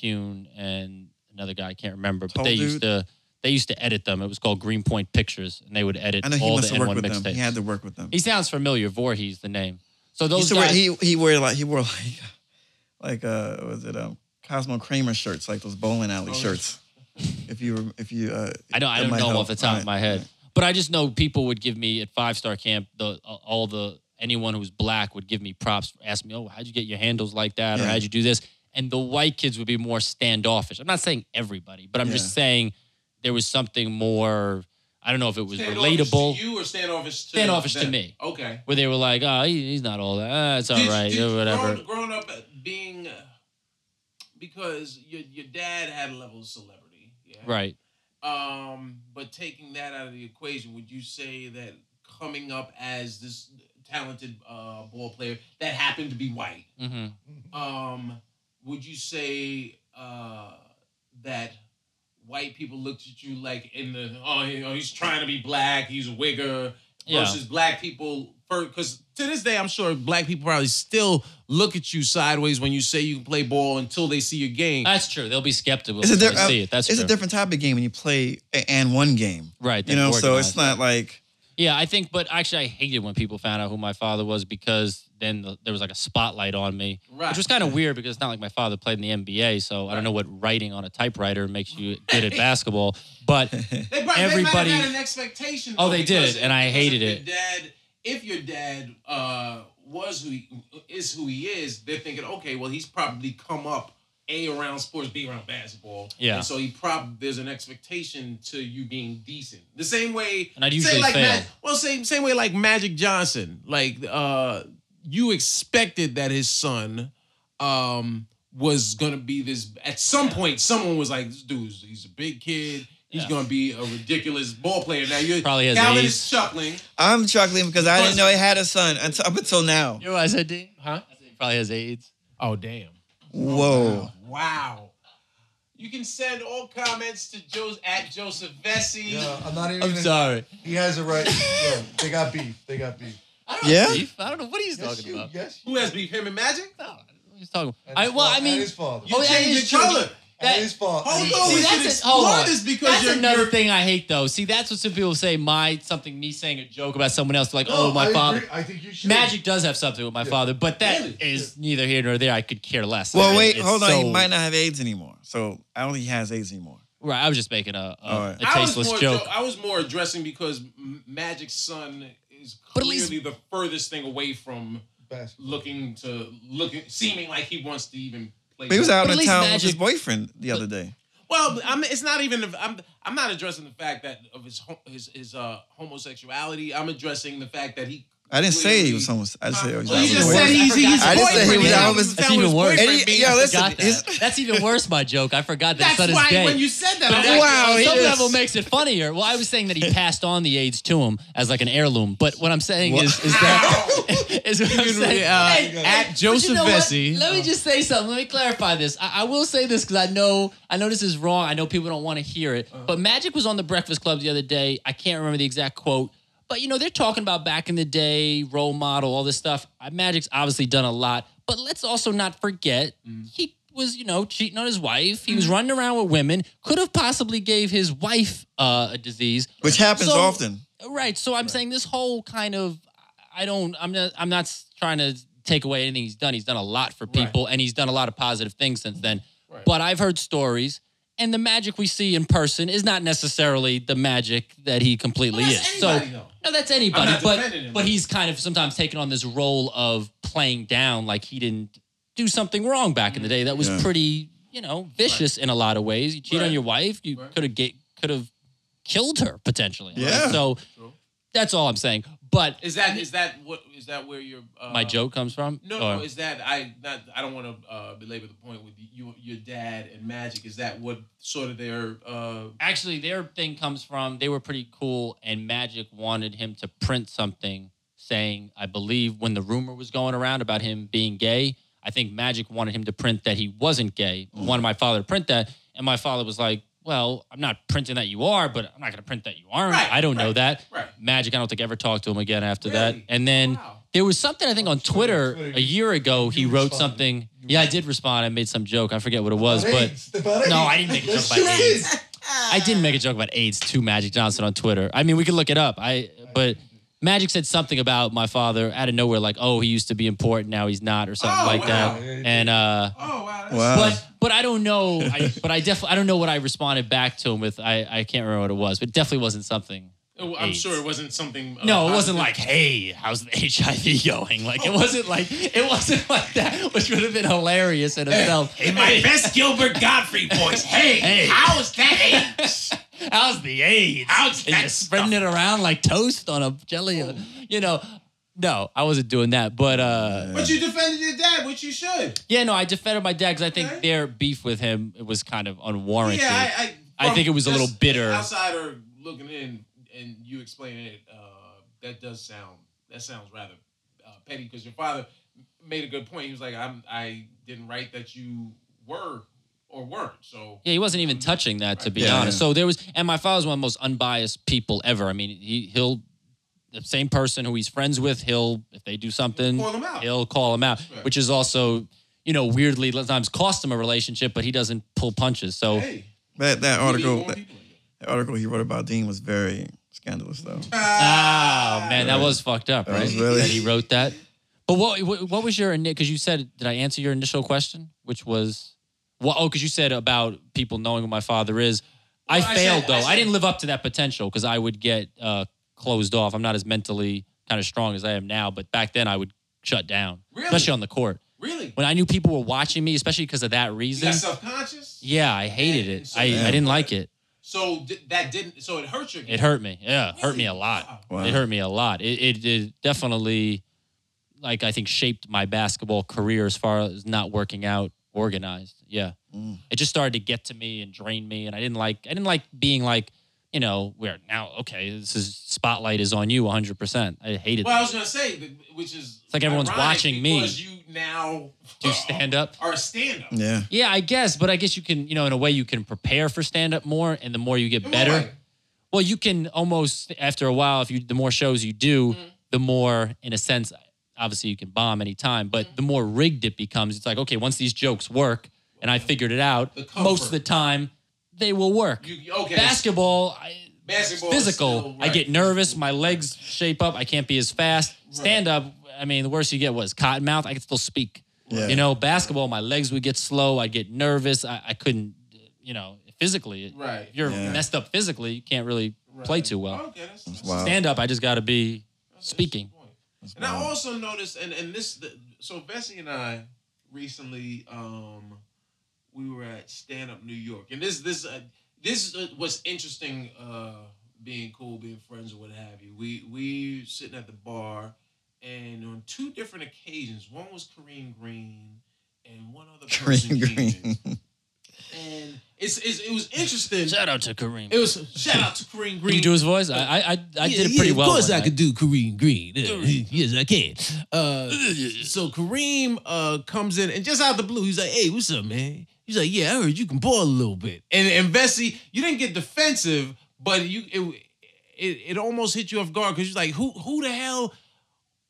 Speaker 3: Kuhn and another guy I can't remember. But
Speaker 5: Tall
Speaker 3: they used
Speaker 5: dude.
Speaker 3: to they used to edit them. It was called Greenpoint Pictures, and they would edit
Speaker 5: I know he
Speaker 3: all the
Speaker 5: must have worked
Speaker 3: N1
Speaker 5: with them.
Speaker 3: mixtapes.
Speaker 5: He had to work with them.
Speaker 3: He sounds familiar. Voorhees, the name. So
Speaker 5: He
Speaker 3: those
Speaker 5: used to wear-
Speaker 3: guys.
Speaker 5: he he wore like he wore like like uh what was it um Cosmo Kramer shirts like those bowling alley
Speaker 1: Oh, yeah.
Speaker 5: shirts. If you rem- if you uh,
Speaker 3: I don't. I
Speaker 5: that
Speaker 3: don't know
Speaker 5: might help.
Speaker 3: off the top of
Speaker 5: Right,
Speaker 3: my head,
Speaker 5: right.
Speaker 3: but I just know people would give me at five star camp the all the anyone who's black would give me props. Ask me, oh, how'd you get your handles like that, or
Speaker 5: Yeah.
Speaker 3: how'd you do this? And the white kids would be more standoffish. I'm not saying everybody, but I'm just
Speaker 5: Yeah.
Speaker 3: saying there was something more. I don't know if it was
Speaker 1: Standoffish
Speaker 3: relatable,
Speaker 1: To you or standoffish to
Speaker 3: Standoffish to
Speaker 1: them?
Speaker 3: me.
Speaker 1: Okay.
Speaker 3: where they were like, oh, he- he's not all that. Ah, it's all
Speaker 1: Did
Speaker 3: right,
Speaker 1: you- did
Speaker 3: or
Speaker 1: you-
Speaker 3: whatever.
Speaker 1: Growing, growing up being uh, because your your dad had a level of celebrity. Yeah?
Speaker 3: Right.
Speaker 1: Um, but taking that out of the equation, would you say that coming up as this talented uh, ball player that happened to be white?
Speaker 3: Mm-hmm.
Speaker 1: um, would you say uh, that white people looked at you like in the oh you know, he's trying to be black he's a wigger
Speaker 3: Yeah.
Speaker 1: versus black people because to this day I'm sure black people probably still look at you sideways when you say you can play ball until they see your game.
Speaker 3: That's true. They'll be skeptical.
Speaker 5: It's a,
Speaker 3: when
Speaker 5: di-
Speaker 3: they
Speaker 5: uh,
Speaker 3: see it. That's
Speaker 5: it's
Speaker 3: true.
Speaker 5: a different type of game when you play a- and one game.
Speaker 3: right.
Speaker 5: You
Speaker 3: they're
Speaker 5: know, so
Speaker 3: organized.
Speaker 5: it's not like
Speaker 3: Yeah, I think, but actually, I hated when people found out who my father was because then the, there was like a spotlight on me,
Speaker 1: Right.
Speaker 3: which was kind of weird because it's not like my father played in the NBA, so I don't know what writing on a typewriter makes you good at basketball. But
Speaker 1: They probably,
Speaker 3: Everybody-
Speaker 1: they might have had an expectation.
Speaker 3: Oh,
Speaker 1: though,
Speaker 3: they
Speaker 1: because-
Speaker 3: did, and I
Speaker 1: because
Speaker 3: hated
Speaker 1: if
Speaker 3: it.
Speaker 1: Your dad, if your dad uh, was who he, is who he is, they're thinking, okay, well, he's probably come up a around sports, b around basketball.
Speaker 3: Yeah.
Speaker 1: And so he probably there's an expectation to you being decent. The same way,
Speaker 3: And I'd
Speaker 1: say
Speaker 3: usually
Speaker 1: like
Speaker 3: fail.
Speaker 1: Mag- well, same same way like Magic Johnson, like uh, you expected that his son. Um, was gonna be this at some point someone was like this dude's he's a big kid he's
Speaker 3: Yeah.
Speaker 1: gonna be a ridiculous ball player now you're
Speaker 3: Probably has
Speaker 1: Calvin
Speaker 3: AIDS.
Speaker 1: is chuckling
Speaker 2: I'm chuckling because I didn't know he had a son until, up until now.
Speaker 3: you know what I said, Dean?
Speaker 1: Huh?
Speaker 3: I said he probably has AIDS.
Speaker 1: oh damn
Speaker 2: Whoa.
Speaker 1: wow you can send all comments to Joe's at Joseph Vesey
Speaker 4: Yeah, I'm not even.
Speaker 3: I'm sorry.
Speaker 4: He has a right. Yeah, they got beef. They got beef.
Speaker 3: I don't
Speaker 2: Yeah?
Speaker 3: know, Steve. I don't know what he's
Speaker 4: Yes,
Speaker 3: talking
Speaker 4: you.
Speaker 3: about.
Speaker 4: Yes. you.
Speaker 1: who has beef him and Magic
Speaker 3: No, I don't know what he's talking about.
Speaker 4: And
Speaker 3: I,
Speaker 4: his
Speaker 3: well,
Speaker 4: fa-
Speaker 3: I mean,
Speaker 4: and his father.
Speaker 1: you
Speaker 3: Oh, yeah, it is
Speaker 1: changed
Speaker 3: true.
Speaker 1: your color
Speaker 4: And
Speaker 3: that- Oh,
Speaker 4: his father.
Speaker 1: hold
Speaker 4: And
Speaker 1: on
Speaker 4: he-
Speaker 1: we
Speaker 3: See,
Speaker 1: should
Speaker 3: that's a- hold
Speaker 1: explore
Speaker 3: on.
Speaker 1: this because
Speaker 3: That's
Speaker 1: you're,
Speaker 3: another
Speaker 1: you're-
Speaker 3: thing I hate, though. See, that's what some people say. My something, me saying a joke about someone else, like, oh,
Speaker 4: No,
Speaker 3: my
Speaker 4: I
Speaker 3: father.
Speaker 4: agree. I think you should.
Speaker 3: Magic does have something with my
Speaker 4: Yeah.
Speaker 3: father, but that is
Speaker 1: Really?
Speaker 3: neither here nor there. I could care less. I
Speaker 2: Well,
Speaker 3: mean,
Speaker 2: wait,
Speaker 3: it's
Speaker 2: hold on.
Speaker 3: so-
Speaker 2: He might not have AIDS anymore. So I don't think he has AIDS anymore.
Speaker 3: Right, I was just making a, a,
Speaker 2: All right.
Speaker 3: a
Speaker 1: I was
Speaker 3: tasteless
Speaker 1: more
Speaker 3: joke.
Speaker 1: I was more addressing because M- Magic's son is
Speaker 3: But at least-
Speaker 1: clearly the furthest thing away from
Speaker 4: Basketball.
Speaker 1: looking to looking seeming like he wants to even play.
Speaker 2: But he was out
Speaker 3: But at
Speaker 2: in
Speaker 3: least
Speaker 2: town
Speaker 3: Magic-
Speaker 2: with his boyfriend the other day.
Speaker 1: Well, I'm, it's not even. I'm I'm not addressing the fact that of his ho- his his uh, homosexuality. I'm addressing the fact that he.
Speaker 2: I didn't say he was
Speaker 1: clearly-
Speaker 2: someone. I just said he was
Speaker 1: Well,
Speaker 2: out
Speaker 1: you
Speaker 2: with
Speaker 1: just
Speaker 2: his
Speaker 1: said
Speaker 2: boyfriend.
Speaker 1: he's, he's
Speaker 2: I just said he
Speaker 1: boyfriend.
Speaker 2: was
Speaker 1: Now
Speaker 2: out
Speaker 1: you
Speaker 2: with-
Speaker 1: sound
Speaker 3: That's even worse.
Speaker 1: boyfriend
Speaker 2: And he-
Speaker 1: being-
Speaker 2: yo,
Speaker 3: I
Speaker 2: listen,
Speaker 3: forgot that.
Speaker 2: his-
Speaker 3: That's even worse, my joke. I forgot that
Speaker 1: That's
Speaker 3: son is
Speaker 1: why
Speaker 3: gay.
Speaker 1: when you said that,
Speaker 3: But
Speaker 1: I'm
Speaker 3: that-
Speaker 1: like,
Speaker 2: Wow,
Speaker 3: on
Speaker 2: Oh, he
Speaker 3: some
Speaker 2: is-
Speaker 3: level makes it funnier. Well, I was saying that he passed on the AIDS to him as like an heirloom, but what I'm saying is, is that is what I'm saying.
Speaker 1: uh,
Speaker 3: Hey, hey,
Speaker 1: at
Speaker 3: but
Speaker 1: Joseph
Speaker 3: you know what?
Speaker 1: Vesey.
Speaker 3: Let me just say something. Let me clarify this. I, I will say this because I know I know this is wrong. I know people don't want to hear it,
Speaker 1: Uh-huh.
Speaker 3: but Magic was on the Breakfast Club the other day. I can't remember the exact quote. But you know they're talking about back in the day, role model, all this stuff. Uh, Magic's obviously done a lot, but let's also not forget
Speaker 1: Mm.
Speaker 3: he was you know cheating on his wife. He was running around with women. Could have possibly gave his wife uh, a disease,
Speaker 2: Which happens
Speaker 3: So-
Speaker 2: often.
Speaker 3: Right. So I'm saying this whole kind of I don't I'm not I'm not s- trying to take away anything he's done. He's done a lot for people and he's done a lot of positive things since then.
Speaker 1: Right.
Speaker 3: But I've heard stories and the magic we see in person is not necessarily the magic that he completely
Speaker 1: Well,
Speaker 3: is.
Speaker 1: that's
Speaker 3: so
Speaker 1: anybody, though.
Speaker 3: no, that's anybody.
Speaker 1: I'm not
Speaker 3: But
Speaker 1: defending him.
Speaker 3: but he's kind of sometimes taken on this role of playing down like he didn't do something wrong back
Speaker 1: Mm.
Speaker 3: in the day that was
Speaker 2: Yeah.
Speaker 3: pretty, you know, vicious in a lot of ways. You cheat on
Speaker 1: Right.
Speaker 3: your wife, you
Speaker 1: Right.
Speaker 3: could have get could have killed her potentially. right?
Speaker 2: Yeah.
Speaker 3: So
Speaker 1: True.
Speaker 3: that's all I'm saying. But
Speaker 1: Is that is that what is that where your uh,
Speaker 3: my joke comes from.
Speaker 1: No,
Speaker 3: Or-
Speaker 1: no, is that I not? I don't want to uh, belabor the point with you, your dad and Magic. Is that what sort of their? Uh,
Speaker 3: actually, their thing comes from they were pretty cool, and Magic wanted him to print something saying, I believe when the rumor was going around about him being gay, I think Magic wanted him to print that he wasn't gay.
Speaker 1: Mm.
Speaker 3: Wanted my father to print that, and my father was like. Well, I'm not printing that you are, but I'm not going to print that you aren't.
Speaker 1: Right,
Speaker 3: I don't know
Speaker 1: right,
Speaker 3: that.
Speaker 1: right.
Speaker 3: Magic, I don't think ever talked to him again after that.
Speaker 1: Really?
Speaker 3: And then
Speaker 1: Wow.
Speaker 3: there was something I think on Twitter,
Speaker 4: Twitter,
Speaker 3: a year ago he
Speaker 4: you
Speaker 3: wrote
Speaker 4: responded.
Speaker 3: something.
Speaker 4: You
Speaker 3: Yeah, I did respond. I made some joke. I forget what it was, but No, I didn't make a joke about AIDS. I did make a joke about AIDS to Magic Johnson on Twitter. I mean, we could look it up. I but Magic said something about my father out of nowhere, like, "Oh, he used to be important, now he's not," or something
Speaker 1: Oh,
Speaker 3: like
Speaker 1: wow.
Speaker 3: that.
Speaker 4: Yeah, he did.
Speaker 3: And uh,
Speaker 1: oh wow! That's
Speaker 2: Wow.
Speaker 3: but but I don't know. I, but I definitely I don't know what I responded back to him with. I I can't remember what it was, but it definitely wasn't something.
Speaker 1: Oh, I'm
Speaker 3: AIDS.
Speaker 1: sure it wasn't something. uh,
Speaker 3: No, it wasn't
Speaker 1: positive.
Speaker 3: like, hey, how's the HIV going? Like, it wasn't like, it wasn't like that, which would have been hilarious in itself.
Speaker 1: In my best Gilbert Godfrey voice. Hey,
Speaker 3: Hey.
Speaker 1: how's that AIDS?
Speaker 3: How's the AIDS?
Speaker 1: How's
Speaker 3: And
Speaker 1: that
Speaker 3: you're spreading it around like toast on a jelly. You know, no, I wasn't doing that. But uh,
Speaker 1: But you defended your dad, which you should.
Speaker 3: yeah, no, I defended my dad because I think
Speaker 1: Okay.
Speaker 3: their beef with him it was kind of unwarranted.
Speaker 1: Yeah, I. I,
Speaker 3: I
Speaker 1: from
Speaker 3: think it was a
Speaker 1: just
Speaker 3: little bitter.
Speaker 1: Outsider looking in, and you explaining it. Uh, that does sound. That sounds rather uh, petty because your father made a good point. He was like, "I'm. I didn't write that you were or weren't." So
Speaker 3: yeah, he wasn't even touching that to be
Speaker 2: Yeah,
Speaker 3: honest.
Speaker 2: yeah.
Speaker 3: So there was, and my father's one of the most unbiased people ever. I mean, he he'll the same person who he's friends with. He'll if they do something,
Speaker 1: call him out.
Speaker 3: he'll call him out,
Speaker 1: Right.
Speaker 3: which is also you know weirdly sometimes cost him a relationship, but he doesn't pull punches. So
Speaker 1: hey,
Speaker 2: That, that
Speaker 1: we need
Speaker 2: article
Speaker 1: more
Speaker 2: that,
Speaker 1: people like that.
Speaker 2: that article he wrote about Dean was very scandalous, though.
Speaker 3: Oh man, that was fucked up,
Speaker 2: That
Speaker 3: right?
Speaker 2: was really-
Speaker 3: That he wrote that. But what what, what was your because you said did I answer your initial question, which was what? Oh, because you said about people knowing who my father is. I
Speaker 1: Well, I
Speaker 3: failed
Speaker 1: said-
Speaker 3: though.
Speaker 1: I
Speaker 3: I,
Speaker 1: said-
Speaker 3: didn't live up to that potential because I would get uh, closed off. I'm not as mentally kind of strong as I am now, but back then I would shut down,
Speaker 1: Really?
Speaker 3: especially on the court
Speaker 1: Really?
Speaker 3: when I knew people were watching me, especially because of that
Speaker 1: You got
Speaker 3: reason.
Speaker 1: self conscious?
Speaker 3: Yeah, I hated it.
Speaker 1: So
Speaker 3: I,
Speaker 1: that-
Speaker 3: I didn't like it.
Speaker 1: So th- that didn't. So it hurt your.
Speaker 3: It hurt me. Yeah, it hurt me a
Speaker 1: Wow.
Speaker 3: lot.
Speaker 2: Wow.
Speaker 3: It hurt me a lot. It, it it definitely, like I think, shaped my basketball career as far as not working out organized. Yeah,
Speaker 2: Mm.
Speaker 3: it just started to get to me and drain me, and I didn't like. I didn't like being like, you know, where now okay, this is spotlight is on you 100. percent I hated.
Speaker 1: Well, I
Speaker 3: that.
Speaker 1: was gonna say, th- which is
Speaker 3: It's like everyone's
Speaker 1: ironic
Speaker 3: watching me.
Speaker 1: because you now
Speaker 3: Do stand up.
Speaker 1: are a stand up.
Speaker 2: Yeah.
Speaker 3: Yeah, I guess, but I guess you can, you know, in a way, you can prepare for stand up more, and the more you get better. Well, you can almost after a while, if you the more shows you do,
Speaker 1: Mm-hmm.
Speaker 3: the more, in a sense, obviously you can bomb anytime,
Speaker 1: Mm-hmm.
Speaker 3: but the more rigged it becomes, it's like, okay, once these jokes work and I figured it out,
Speaker 1: The comfort.
Speaker 3: most of the time they will work.
Speaker 1: You, okay.
Speaker 3: Basketball, I,
Speaker 1: Basketball is
Speaker 3: physical.
Speaker 1: still-
Speaker 3: I
Speaker 1: right.
Speaker 3: get nervous, my legs shape up, I can't be as fast. Stand up, I mean, the worst you get was cotton mouth, I could still speak.
Speaker 2: Yeah.
Speaker 3: You know, basketball, my legs would get slow, I'd get nervous, I, I couldn't, you know, physically. it-
Speaker 1: Right.
Speaker 3: if you're
Speaker 2: Yeah.
Speaker 3: messed up physically, you can't really
Speaker 1: Right.
Speaker 3: play too well.
Speaker 1: Okay, that's, that's
Speaker 2: wild. Wow.
Speaker 3: Stand up, I just got to
Speaker 1: That's
Speaker 3: be
Speaker 1: an interesting
Speaker 3: speaking.
Speaker 1: point. And
Speaker 2: Um,
Speaker 1: I also noticed, and and this, the, so Bessie and I recently, um, we were at Stand Up New York, and this this uh, this is uh, what's interesting. Uh, being cool, being friends, or what have you. We we sitting at the bar, and on two different occasions, one was Kareem Green, and one other person
Speaker 2: Green,
Speaker 1: came in.
Speaker 2: green.
Speaker 1: And it's, it's it was interesting.
Speaker 3: Shout out to Kareem.
Speaker 1: It was shout out to Kareem
Speaker 3: Can
Speaker 1: Green.
Speaker 3: you do his voice? I I, I,
Speaker 1: Yeah,
Speaker 3: I did it
Speaker 1: yeah,
Speaker 3: pretty well.
Speaker 1: Of course,
Speaker 3: one
Speaker 1: I
Speaker 3: night.
Speaker 1: could do Kareem Green. Uh, yes, I can. Uh, so Kareem uh, comes in and just out of the blue, he's like, "Hey, what's up, man?" He's like, "Yeah, I heard you can ball a little bit." And and Vesey, you didn't get defensive, but you it it, it almost hit you off guard because you're like, "Who who the hell?"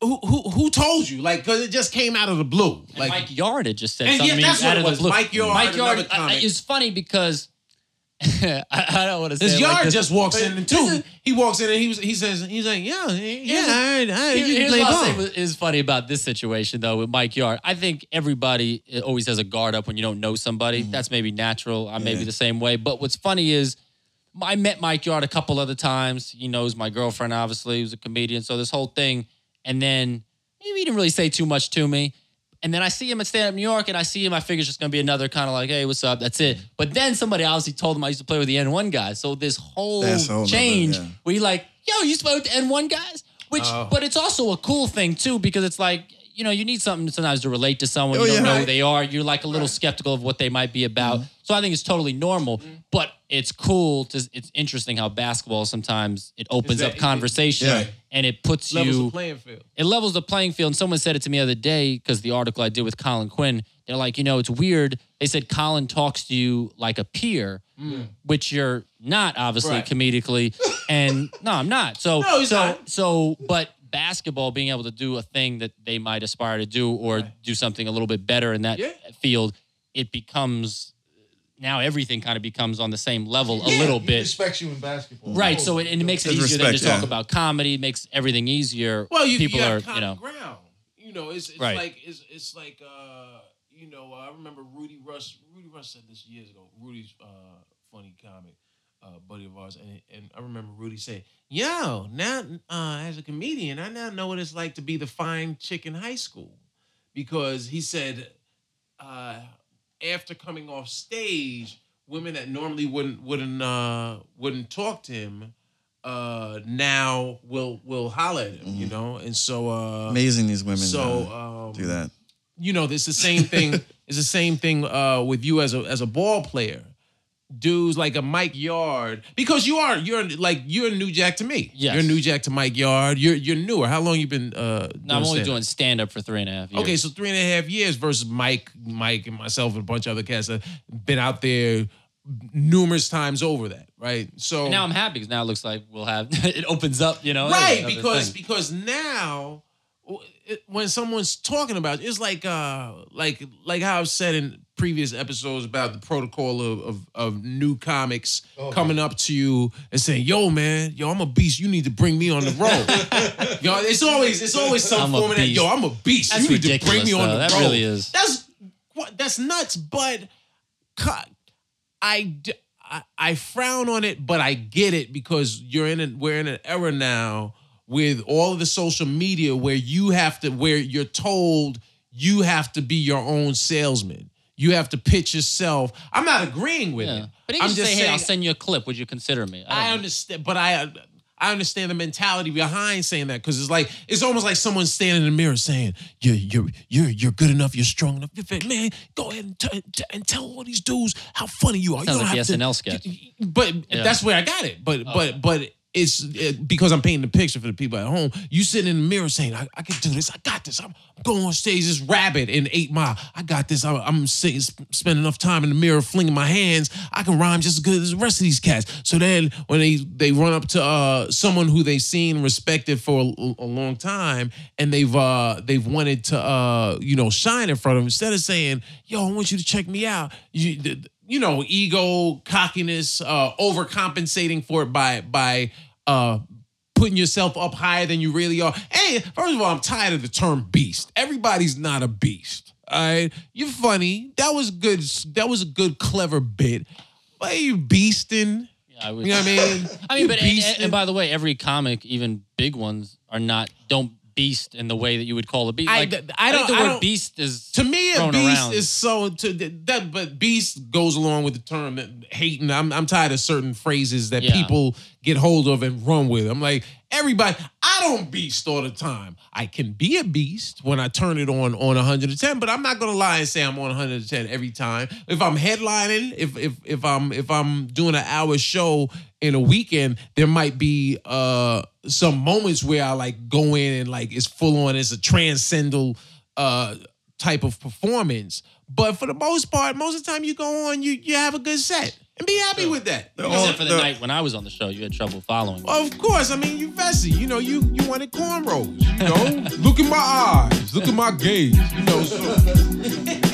Speaker 1: Who, who who told you? Like, cause it just came out of the blue. Like,
Speaker 3: Mike Yard had just said
Speaker 1: And yeah,
Speaker 3: something
Speaker 1: that's what
Speaker 3: out
Speaker 1: it
Speaker 3: of the
Speaker 1: was.
Speaker 3: blue.
Speaker 1: Mike Yard,
Speaker 3: Mike Yard
Speaker 1: another
Speaker 3: I- I-
Speaker 1: comic.
Speaker 3: is funny because I, I don't want to say
Speaker 1: This
Speaker 3: it
Speaker 1: yard
Speaker 3: like this.
Speaker 1: just walks
Speaker 3: but
Speaker 1: in and
Speaker 3: this
Speaker 1: too.
Speaker 3: is-
Speaker 1: He walks in and he was he says he's like, yeah, yeah,
Speaker 3: Here's-
Speaker 1: all right, all right, you
Speaker 3: Here-
Speaker 1: can
Speaker 3: here's
Speaker 1: play
Speaker 3: what I'll say
Speaker 1: ball.
Speaker 3: was- is funny about this situation though with Mike Yard. I think everybody always has a guard up when you don't know somebody.
Speaker 2: Mm-hmm.
Speaker 3: That's maybe natural. I may be the same way. But what's funny is I met Mike Yard a couple other times. He knows my girlfriend, obviously, who's a comedian. So this whole thing, and then he didn't really say too much to me. And then I see him at Stand Up New York, and I see him. I figure it's just gonna be another kind of like, hey, what's up? That's
Speaker 2: Mm-hmm.
Speaker 3: it. But then somebody obviously told him I used to play with the N1 guys. So this whole
Speaker 2: That's a whole nother-
Speaker 3: change
Speaker 2: yeah.
Speaker 3: where you like, yo, you used to play with the N1 guys, which, but it's also a cool thing too because it's like. You know, you need something sometimes to relate to someone.
Speaker 2: Oh,
Speaker 3: you don't
Speaker 2: yeah.
Speaker 3: know who
Speaker 2: Right.
Speaker 3: they are. You're like a little skeptical of what they might be about. So I think it's totally normal, but it's cool. To, it's interesting how basketball sometimes it opens
Speaker 1: that-
Speaker 3: up conversation
Speaker 2: Yeah.
Speaker 3: and it puts
Speaker 1: Levels
Speaker 3: you
Speaker 1: the playing field.
Speaker 3: it levels the playing field. And someone said it to me the other day because the article I did with Colin Quinn, they're like, you know, it's weird. They said Colin talks to you like a peer, which you're not, obviously,
Speaker 1: Mm. Right.
Speaker 3: comedically. and no, I'm not. So,
Speaker 1: No, he's
Speaker 3: so,
Speaker 1: not.
Speaker 3: so, but basketball being able to do a thing that they might aspire to do or do something a little bit better in that
Speaker 1: Yeah.
Speaker 3: field, it becomes now everything kind of becomes on the same level a
Speaker 1: Yeah, Oh,
Speaker 3: little
Speaker 4: He
Speaker 3: bit.
Speaker 4: respects you in basketball.
Speaker 3: Right, so it, and it makes it
Speaker 2: There's
Speaker 3: easier than to
Speaker 2: respect,
Speaker 3: talk
Speaker 2: yeah.
Speaker 3: about comedy. Makes everything easier.
Speaker 1: Well, you
Speaker 3: people
Speaker 1: you
Speaker 3: are,
Speaker 1: have common
Speaker 3: you know,
Speaker 1: ground. You know, it's it's
Speaker 3: Right.
Speaker 1: like it's it's like uh, you know, I remember Rudy Rush. Rudy Rush said this years ago. Rudy's uh, funny comic. Uh, buddy of ours, and, and I remember Rudy saying, "Yo, now uh, as a comedian, I now know what it's like to be the fine chick in high school," because he said, uh, after coming off stage, women that normally wouldn't wouldn't uh, wouldn't talk to him uh, now will will holler at him, you
Speaker 2: Mm-hmm.
Speaker 1: know. And so, uh,
Speaker 2: Amazing these women
Speaker 1: so
Speaker 2: uh,
Speaker 1: um,
Speaker 2: do that.
Speaker 1: you know, it's the same thing. it's the same thing uh, with you as a as a ball player. Dudes like a Mike Yard because you are you're like you're new jack to me.
Speaker 3: Yes.
Speaker 1: You're new jack to Mike Yard. You're you're newer. How long you been? Uh,
Speaker 3: No, I'm only
Speaker 1: stand-up?
Speaker 3: doing stand up for three and a half years.
Speaker 1: Okay, so three and a half years versus Mike, Mike, and myself and a bunch of other cats that been out there numerous times over that, right? So
Speaker 3: And now I'm happy because now it looks like we'll have it opens up, you know.
Speaker 1: right
Speaker 3: another
Speaker 1: because
Speaker 3: thing.
Speaker 1: because now it- when someone's talking about it, it's like uh like like how I've said in previous episodes about the protocol of of, of new comics
Speaker 4: Oh,
Speaker 1: coming up to you and saying, "Yo, man, yo, I'm a beast. You need to bring me on the road." yo, it's always it's always some
Speaker 3: I'm a
Speaker 1: form of that. Yo,
Speaker 3: beast.
Speaker 1: I'm a beast.
Speaker 3: That's
Speaker 1: you need to bring
Speaker 3: ridiculous,
Speaker 1: me on
Speaker 3: though.
Speaker 1: the
Speaker 3: That
Speaker 1: road.
Speaker 3: really is.
Speaker 1: That's what that's nuts. But co- I, d- I- I frown on it, but I get it because you're in an, we're in an era now with all of the social media where you have to where you're told you have to be your own salesman. You have to pitch yourself. I'm not agreeing with
Speaker 3: Yeah.
Speaker 1: it.
Speaker 3: But he
Speaker 1: I'm
Speaker 3: can
Speaker 1: just
Speaker 3: say, hey,
Speaker 1: saying,
Speaker 3: I'll send you a clip. Would you consider me? don't
Speaker 1: I
Speaker 3: know.
Speaker 1: understand, but I I understand the mentality behind saying that because it's like it's almost like someone standing in the mirror saying you're you're you're you're good enough, you're strong enough, you're fit. man. Go ahead and, t- t- and tell all these dudes how funny you are.
Speaker 3: Sounds
Speaker 1: you
Speaker 3: like the
Speaker 1: have to-
Speaker 3: SNL sketch.
Speaker 1: But
Speaker 3: Yeah. Oh.
Speaker 1: that's where I got it. But but but. It's it, because I'm painting the picture for the people at home. You sitting in the mirror saying, I, I can do this. I got this. I'm going on stage this rabbit in eight mile. I got this. I'm, I'm sitting, sp- spending enough time in the mirror flinging my hands. I can rhyme just as good as the rest of these cats. So then when they, they run up to uh, someone who they've seen respected for a, a long time and they've uh, they've wanted to uh, you know shine in front of them, instead of saying, yo, I want you to check me out. You, th- you know, ego, cockiness, uh, overcompensating for it by by uh, putting yourself up higher than you really are. Hey, first of all, I'm tired of the term beast. Everybody's not a beast. All right, you're funny. That was good. That was a good, clever bit. But you beasting.
Speaker 3: Yeah, I would-
Speaker 1: You know what I mean?
Speaker 3: I mean,
Speaker 1: You
Speaker 3: but and, and,
Speaker 1: beasting.
Speaker 3: and by the way, every comic, even big ones, are not don't beast in the way that you would call a beast.
Speaker 1: I-
Speaker 3: Like,
Speaker 1: I don't-
Speaker 3: think the
Speaker 1: I
Speaker 3: word
Speaker 1: don't-
Speaker 3: beast is
Speaker 1: to me, a
Speaker 3: thrown
Speaker 1: beast
Speaker 3: around.
Speaker 1: is so to that, but beast goes along with the term that hating. I'm I'm tired of certain phrases that
Speaker 3: Yeah.
Speaker 1: people get hold of and run with. I'm like everybody. I don't beast all the time. I can be a beast when I turn it on on 110, but I'm not gonna lie and say I'm on 110 every time. If I'm headlining, if if if I'm if I'm doing an hour show in a weekend, there might be uh some moments where I like go in and like it's full on. It's a transcendental. Uh, type of performance. But for the most part, most of the time you go on, you you have a good set and be happy with that.
Speaker 3: except for the,
Speaker 5: the-
Speaker 3: night when I was on the show, you had trouble following. me.
Speaker 1: Of course, I mean you Vesey, you know you you wanted cornrows, you know. look in my eyes, look at my gaze, you know. So